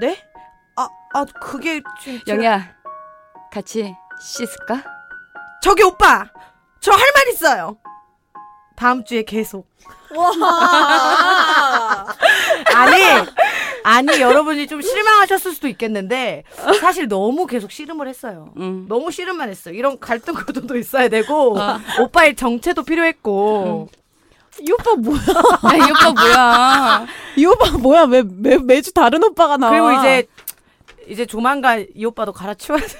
네? 아, 아, 그게. 제- 제가- 영희야, 같이 씻을까? 저기 오빠! 저 할 말 있어요! 다음 주에 계속. 와! 아니, 아니, 여러분이 좀 실망하셨을 수도 있겠는데, 사실 너무 계속 씨름을 했어요. 응. 너무 씨름만 했어. 이런 갈등 구도도 있어야 되고, 아. 오빠의 정체도 필요했고, 음. 이 오빠 뭐야 야, 이 오빠 뭐야. 이 오빠 뭐야 왜, 매, 매주 다른 오빠가 나와 아. 그리고 이제, 이제 조만간 이 오빠도 갈아치워야 돼.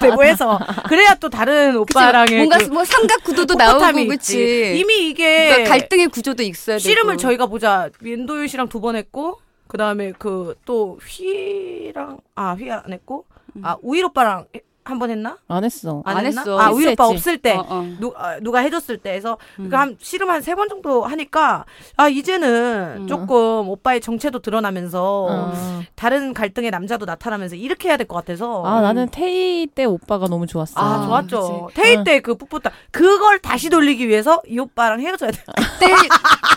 되고 해서 그래야 또 다른 그치? 오빠랑의 뭔가 그 뭐 삼각구도도 풋풋함이 나오고 있지. 그치. 이미 이게 그러니까 갈등의 구조도 있어야 되고. 씨름을 저희가 보자 민도윤 씨랑 두 번 했고 그 다음에 그 또 휘랑 아 휘 안 했고 음. 아 우일 오빠랑 한 번 했나? 안 했어. 안, 안 했나? 했어. 아 우일 오빠 했지. 없을 때 어, 어. 누, 아, 누가 해줬을 때 해서 음. 그러니까 한 씨름 한 세 번 정도 하니까 아 이제는 음. 조금 오빠의 정체도 드러나면서 어. 다른 갈등의 남자도 나타나면서 이렇게 해야 될 것 같아서 아 나는 테이 때 오빠가 너무 좋았어. 아, 아, 좋았죠 테이 때 그 풋풋다 그걸 다시 돌리기 위해서 이 오빠랑 헤어져야 돼 그때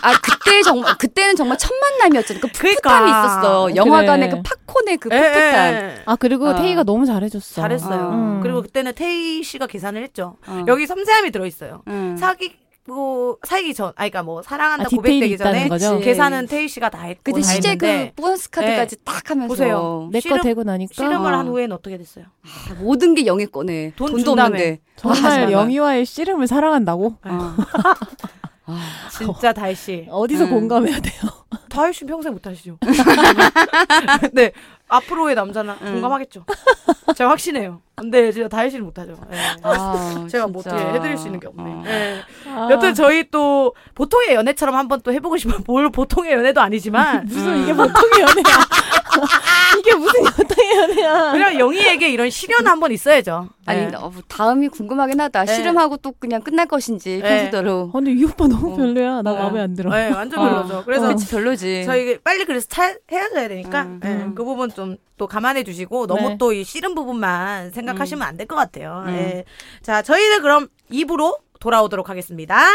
아 그때 정말 그때는 정말 첫 만남이었잖아. 그 풋풋함이 그러니까. 있었어. 영화관의 그래. 그 팝콘의 그 예, 풋풋함. 예, 예. 아 그리고 어. 테이가 너무 잘해줬어. 잘했어요 음. 그리고 그때는 테이 씨가 계산을 했죠 어. 여기 섬세함이 들어있어요 음. 사귀고 사귀기 전 아니 그러니까 뭐 사랑한다 아, 디테일이 고백되기 있다는 전에 거죠. 그치. 계산은 테이 씨가 다 했고 그때 다 시제 그 했는데 예. 보너스 카드까지 딱 하면서 보세요. 내 거 씨름- 되고 나니까 씨름을 어. 한 후에는 어떻게 됐어요? 아, 모든 게 영의 거네. 돈 돈도 준다며. 없는데. 아, 정말 정말. 영희와의 씨름을 사랑한다고? 어. 진짜 다혜 씨. 어디서 음. 공감해야 돼요? 다혜 씨는 평생 못 하시죠. 네. 앞으로의 남자나 음. 공감하겠죠. 제가 확신해요. 근데 진짜 다혜 씨는 못 하죠. 예. 아, 제가 뭐 진짜. 어떻게 해드릴 수 있는 게 없네. 어. 예. 여튼 저희 또 보통의 연애처럼 한번 또 해보고 싶어요. 뭘 보통의 연애도 아니지만 무슨 이게 보통의 연애야? 이게 무슨 보통의 연애야? 그냥 영희에게 이런 시련 한번 있어야죠. 아니 예. 어, 다음이 궁금하긴 하다. 네. 씨름하고 또 그냥 끝날 것인지 네. 아, 평소대로. 근데 이 오빠 너무 어. 별로야. 나 어. 마음에 안 들어. 네, 완전 별로죠. 그래서 어. 그치 별로지. 저희 빨리 그래서 차, 헤어져야 되니까 네. 음. 예, 음. 그 부분 좀 또 감안해 주시고 너무 네. 또 이 씨름 부분만 생각하시면 안 될 것 같아요. 네. 음. 예. 자, 저희는 그럼 입으로 돌아오도록 하겠습니다.